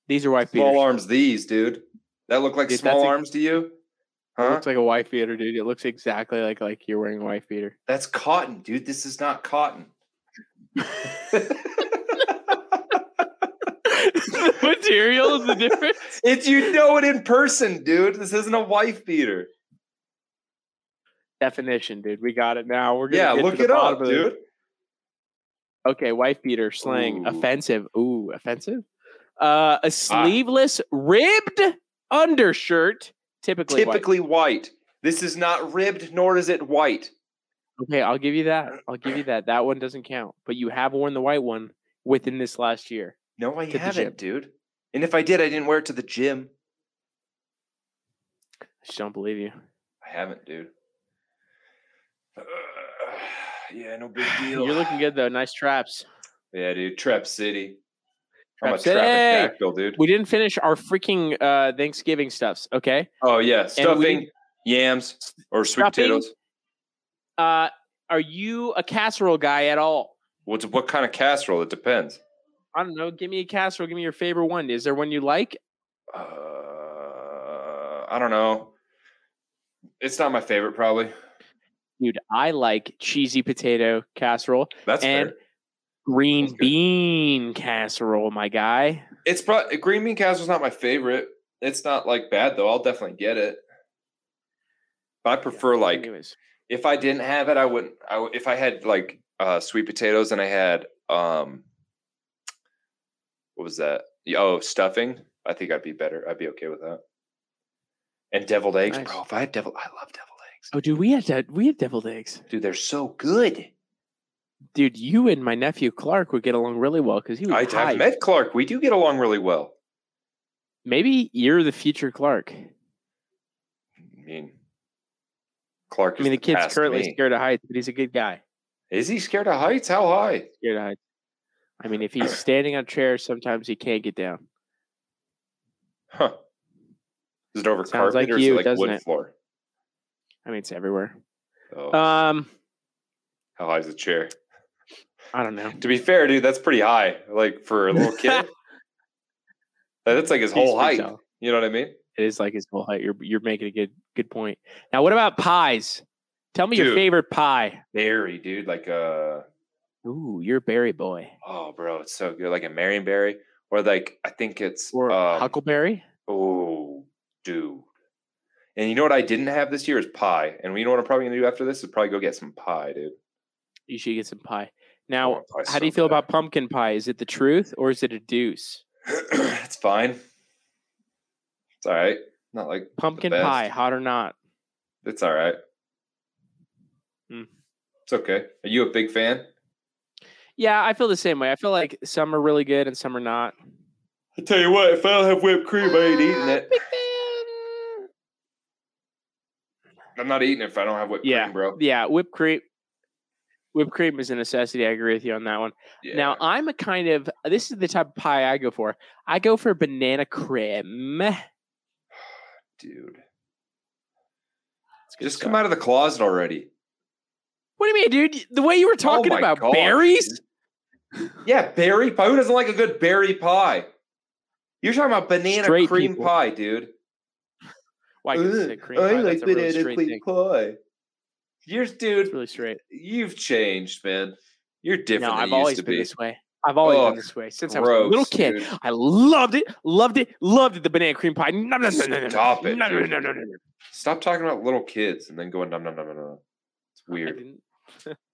These are white beaters. Small arms, these, dude. That look like Dude, that's small a- arms to you? It Huh? looks like a wife beater, dude. It looks exactly like like you're wearing a wife beater. That's cotton, dude. This is not cotton. the material is the difference. It's you know it in person, dude. This isn't a wife beater. Definition, dude. We got it now. We're gonna Yeah, get to look the it bottom up, of this. dude. Okay, wife beater slang Ooh. Ah. offensive. Ooh, offensive. Uh, a sleeveless ribbed undershirt, typically. white. Typically white. This is not ribbed, nor is it white. Okay, I'll give you that. I'll give you that. That one doesn't count. But you have worn the white one within this last year. No, I To the gym. haven't, dude. And if I did, I didn't wear it to the gym. I just don't believe you. I haven't, dude. yeah, no big deal. You're looking good though. Nice traps. Yeah, dude. Trap City. I'm Trap a City! trapper dude. We didn't finish our freaking uh Thanksgiving stuffs. Okay. Oh yeah, we stuffing, didn't- yams, or sweet Stuffing? potatoes. Uh, are you a casserole guy at all? What what kind of casserole? It depends. I don't know. Give me a casserole. Give me your favorite one. Is there one you like? Uh, I don't know. It's not my favorite, probably. Dude, I like cheesy potato casserole That's and fair. green That's good. bean casserole, my guy. It's probably green bean casserole's not my favorite. It's not like bad though. I'll definitely get it. I prefer like Anyways, if I didn't have it, I wouldn't. I, would- if I had like uh, sweet potatoes and I had um, what was that? Yeah, Oh, stuffing. I think I'd be better. I'd be okay with that. And deviled eggs, Nice. bro. If I had devil, I love deviled eggs, oh, dude, we had that. We had deviled eggs. dude. They're so good. Dude, you and my nephew Clark would get along really well because he was. I hype. have met Clark. We do get along really well. Maybe you're the future Clark. I mean, Clark. I Is mean, the kid's past currently me. scared of heights, but he's a good guy. Is he scared of heights? How high? Scared of heights. I mean, if he's standing on chairs, sometimes he can't get down. Huh? Is it over Sounds carpet like or is you, it like wood doesn't it? floor? I mean, it's everywhere. Oh, Um, how high is the chair? I don't know. To be fair, dude, that's pretty high. Like for a little kid, that's like his whole He's pretty height. tall. You know what I mean? It is like his whole height. You're you're making a good good point. Now, what about pies? Tell me your Dude. favorite pie. Berry, dude. Like uh Ooh, you're a berry boy oh, bro, it's so good. Like a Marionberry, or like I think it's or um, huckleberry. Oh, dude. And you know what I didn't have this year is pie. And you know what I'm probably gonna do after this is probably go get some pie, dude. You should get some pie. I Now, want pie how so do you feel bad. about pumpkin pie? Is it the truth or is it a deuce? it's fine. It's all right. Not like Pumpkin best. pie, hot or not? it's all right. Mm. It's okay. Are you a big fan? Yeah, I feel the same way. I feel like some are really good and some are not. I tell you what, if I don't have whipped cream, I ain't eating Ah, it. big fan. I'm not eating it if I don't have whipped Yeah. cream, bro. Yeah, whipped cream. Whipped cream is a necessity. I agree with you on that one. Yeah. Now I'm a kind of this is the type of pie I go for. I go for banana creme. dude, just come out of the closet already. What do you mean, dude? Y- The way you were talking Oh my about God, berries? Yeah, berry pie. Who doesn't like a good berry pie? You're talking about banana Straight cream people. pie, dude. Why you Ugh, said cream pie? That's a really straight thing. pie. You're, It's dude, really straight. you've changed, man. You're different. no, than I've you always used to been be. this way. I've always Ugh, been this way since I was a little Gross, kid. dude. I loved it, loved it, loved it. The banana cream pie. Nom, nom, nom, nom, nom, Stop it, nom, nom, dude. nom, nom, nom, nom. Stop talking about little kids and then going nom nom nom nom nom. It's I weird. didn't.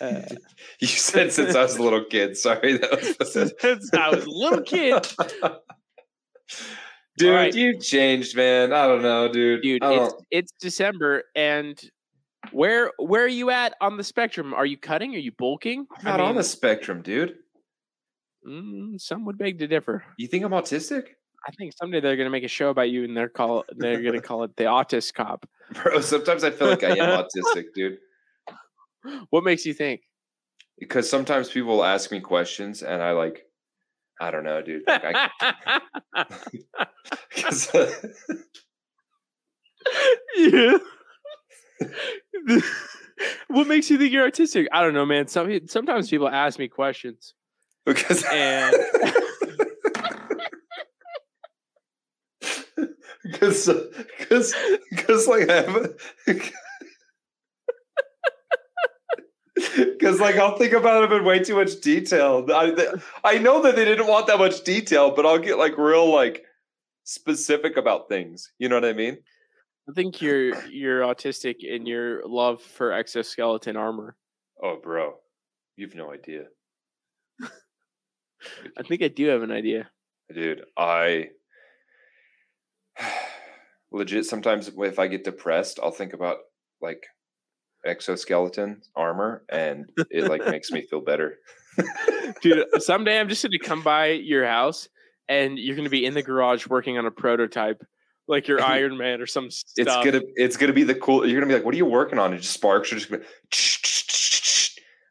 Uh, You said since I was a little kid. Sorry, that was since I was a little kid, dude. right. You changed, man. I don't know, dude. dude. I It's, don't- it's December, and where where are you at on the spectrum? Are you cutting? Are you bulking? I'm not on the spectrum, dude. Mm, some would beg to differ. You think I'm autistic, I think someday they're gonna make a show about you, and they're call they're gonna call it the Autist Cop. bro? Sometimes I feel like I am autistic, dude. What makes you think? Because sometimes people will ask me questions, and I like, I don't know, dude. Like, I, 'cause, uh, you. what makes you think you're artistic? I don't know, man. Some sometimes people ask me questions, because and because because because like I have because like I'll think about it in way too much detail. I th- I know that they didn't want that much detail, but I'll get like real like specific about things. You know what I mean? I think you're you're autistic in your love for exoskeleton armor. Oh, bro, you've no idea, I think I do have an idea. dude. I legit sometimes if I get depressed, I'll think about like exoskeleton armor, and it like makes me feel better. Dude, someday I'm just going to come by your house and you're going to be in the garage working on a prototype, like your Iron Man or some stuff. It's gonna it's gonna be the cool. You're gonna be like, what are you working on? And just sparks are just gonna.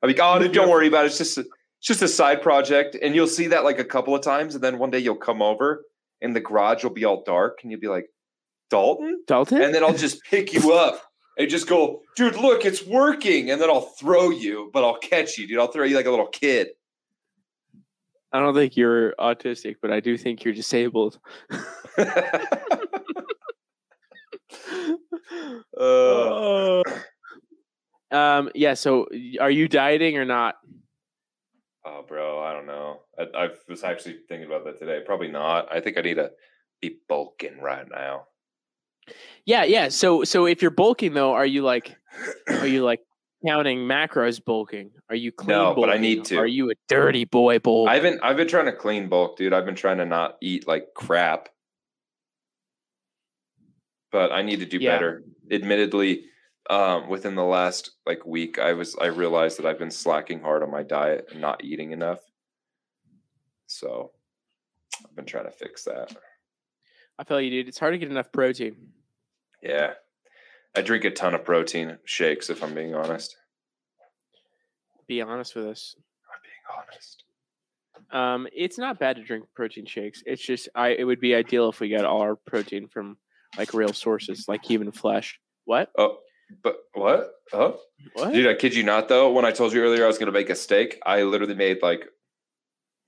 I'm like, oh, dude, don't worry about it. It's just a, it's just a side project, and you'll see that like a couple of times, and then one day you'll come over, and the garage will be all dark, and you'll be like, Dalton, Dalton? and then I'll just pick you up and just go, dude, look, it's working, and then I'll throw you, but I'll catch you, dude. I'll throw you like a little kid. I don't think you're autistic, but I do think you're disabled. Uh, Oh. Um, yeah, so y- are you dieting or not? Oh, bro, I don't know. I, I was actually thinking about that today. Probably not. I think I need to be bulking right now. Yeah, yeah. So so if you're bulking though, are you like are you like counting macros bulking? Are you clean? No, but I bulking? need to. Are you a dirty boy bulk? I've been I've been trying to clean bulk, dude. I've been trying to not eat like crap. But I need to do Yeah. better. Admittedly, um, within the last like week, I was I realized that I've been slacking hard on my diet and not eating enough. So I've been trying to fix that. I feel you, dude. It's hard to get enough protein. Yeah. I drink a ton of protein shakes if I'm being honest. Be honest with us. I'm being honest. Um, it's not bad to drink protein shakes. It's just I it would be ideal if we got all our protein from like real sources, like human flesh. What? Oh, but what? Oh. What? Dude, I kid you not though. When I told you earlier I was gonna make a steak, I literally made like,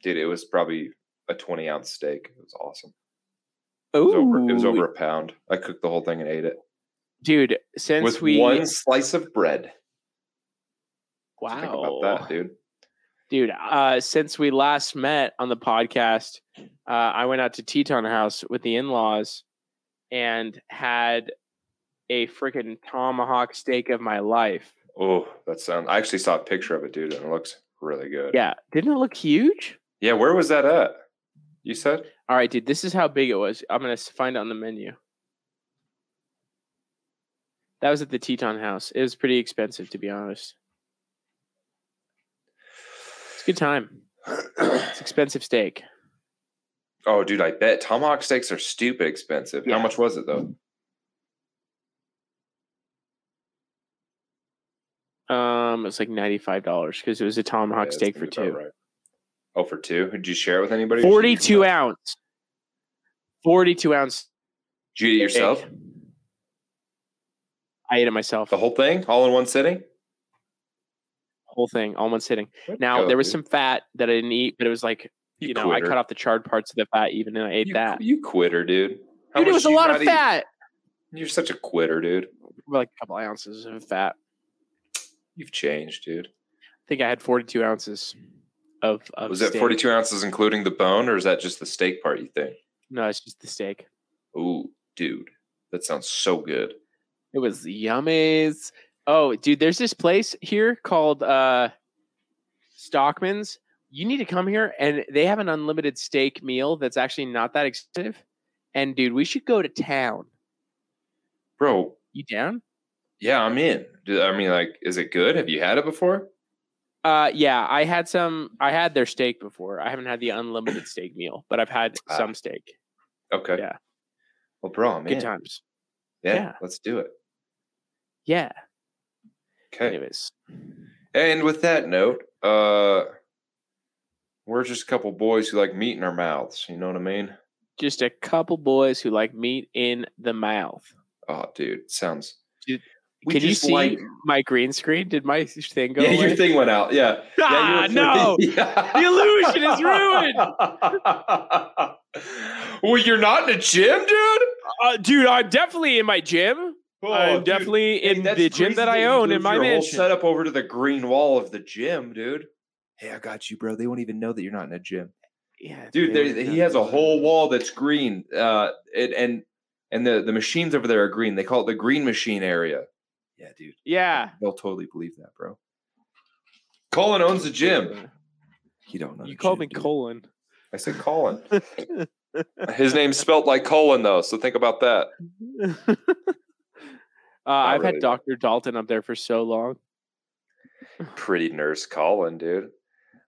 dude, it was probably a twenty ounce steak. It was awesome. It was, over, it was Ooh, over a pound. I cooked the whole thing and ate it Dude, since with we one slice of bread. wow, Think about that, dude. dude uh since we last met on the podcast uh i went out to teton house with the in-laws and had a freaking tomahawk steak of my life Oh, that sounds. I actually saw a picture of it, dude, and it looks really good. yeah didn't it look huge Yeah, Where was that at? You said all right dude this is how big it was i'm gonna s- find it on the menu that was at the teton house it was pretty expensive to be honest it's a good time it's expensive steak Oh, dude, I bet tomahawk steaks are stupid expensive. How Yeah. much was it though? um it was like $95 because it was a tomahawk Yeah, that steak for seems about two right. Oh, for two? Did you share it with anybody? or did you 42 eat it yourself? ounce 42 ounce Did you eat it yourself? steak. i ate it myself The the whole, whole thing, all in one sitting. thing all in one sitting now Go, there was Oh, dude. some fat that i didn't eat but it was like you, know i cut off the charred parts of the fat even and i ate you, that You quitter, dude. How dude it much was a do you lot of not eat? fat You're such a quitter, dude. like a couple ounces of fat You've changed, dude. i think i had 42 ounces of, of was that steak. 42 ounces including the bone, or is that just the steak part? You think? no it's just the steak Ooh, dude, that sounds so good. It was yummies. Oh, dude, there's this place here called uh Stockman's. You need to come here and they have an unlimited steak meal that's actually not that expensive. And dude, we should go to town. Bro, You down? yeah, I'm in. Do- I mean, like, is it good? Have you had it before? Uh yeah, I had some I had their steak before. I haven't had the unlimited steak meal, but I've had Ah, some steak. Okay. Yeah. Well, bro, I'm Good in. times. Yeah, Yeah. let's do it. Yeah. Okay. Anyways. And with that note, uh, we're just a couple boys who like meat in our mouths. You know what I mean? Just a couple boys who like meat in the mouth. Oh, dude, sounds. Dude, We Can you just see like- my green screen? Did my thing go yeah, away? your thing went out. Yeah. Ah, no. The illusion is ruined. well, you're not in a gym, dude. Uh, dude, I'm definitely in my gym. Oh, I'm dude. definitely Hey, in that's the gym crazy that I you own in moved my your mansion. Whole setup over to the green wall of the gym, dude. Hey, I got you, bro. They won't even know that you're not in a gym, Yeah, dude. they There, really he don't. has a whole wall that's green. Uh, it, and and the the machines over there are green. They call it the green machine area. Yeah, dude. Yeah. They'll totally believe that, bro. Colin owns the gym. He don't know. You the called Uh, me gym, dude. colon. I said Colin. His name's spelt like colon though, so think about that. uh, I've really. had Dr. Dalton up there for so long. Pretty nurse Colin, dude.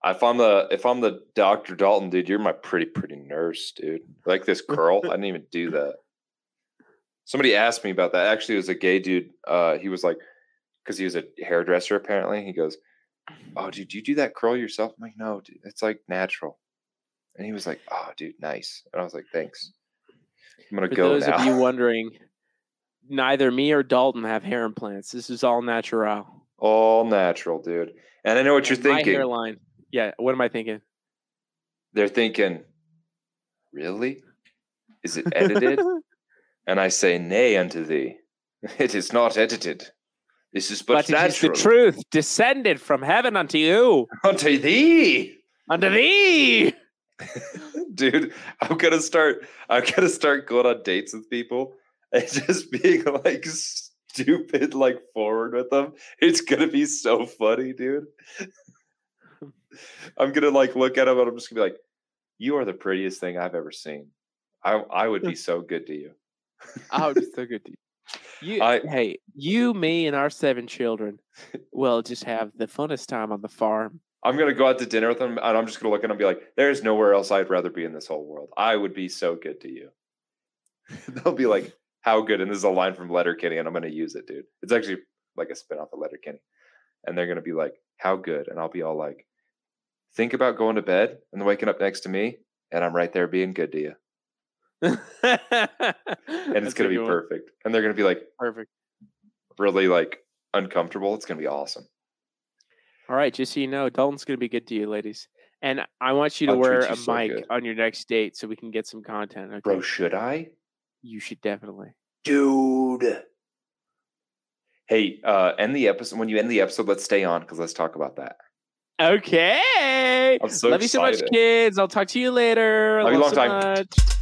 If I'm the if I'm the Dr. Dalton, dude, you're my pretty pretty nurse, dude. Like this curl. I didn't even do that. Somebody asked me about that. Actually, it was a gay dude. Uh he was like because he was a hairdresser apparently. He goes, Oh, dude, do you do that curl yourself? I'm like, no, dude, it's like natural. And he was like, Oh, dude, nice. And I was like, Thanks. I'm gonna For go those now. of you wondering, neither me or Dalton have hair implants. This is all natural. All natural, dude. And I know what you're And my thinking. hairline. Yeah, what am I thinking? They're thinking, really? Is it edited? and I say, nay unto thee. It is not edited. This is but, But, it is the natural truth descended from heaven unto you, unto thee. unto thee. Dude, I'm gonna start I'm gonna start going on dates with people and just being like stupid, like forward with them. It's gonna be so funny, dude. I'm gonna like look at him and I'm just gonna be like, "You are the prettiest thing I've ever seen. I I would be so good to you." I would be so good to you. You, I- hey, you, me, and our seven children will just have the funnest time on the farm. I'm gonna go out to dinner with him, and I'm just gonna look at him and be like, "There's nowhere else I'd rather be in this whole world. I would be so good to you." They'll be like, "How good?" And this is a line from Letterkenny, and I'm gonna use it, dude. It's actually like a spin off of Letterkenny, and they're gonna be like, "How good?" And I'll be all like, "Think about going to bed and waking up next to me, and I'm right there being good to you, and and it's gonna be perfect." And they're gonna be like, Perfect. really like uncomfortable. It's gonna be awesome. All right, just so you know, Dalton's going to be good to you, ladies. And I want you to I'll treat wear you a so mic good. on your next date so we can get some content. Okay? Bro, should I? You should definitely. dude. Hey, uh, end the episode. When you end the episode, let's stay on because let's talk about that. Okay. I'm so Love you so much, excited. kids. I'll talk to you later. Love you long so time. much.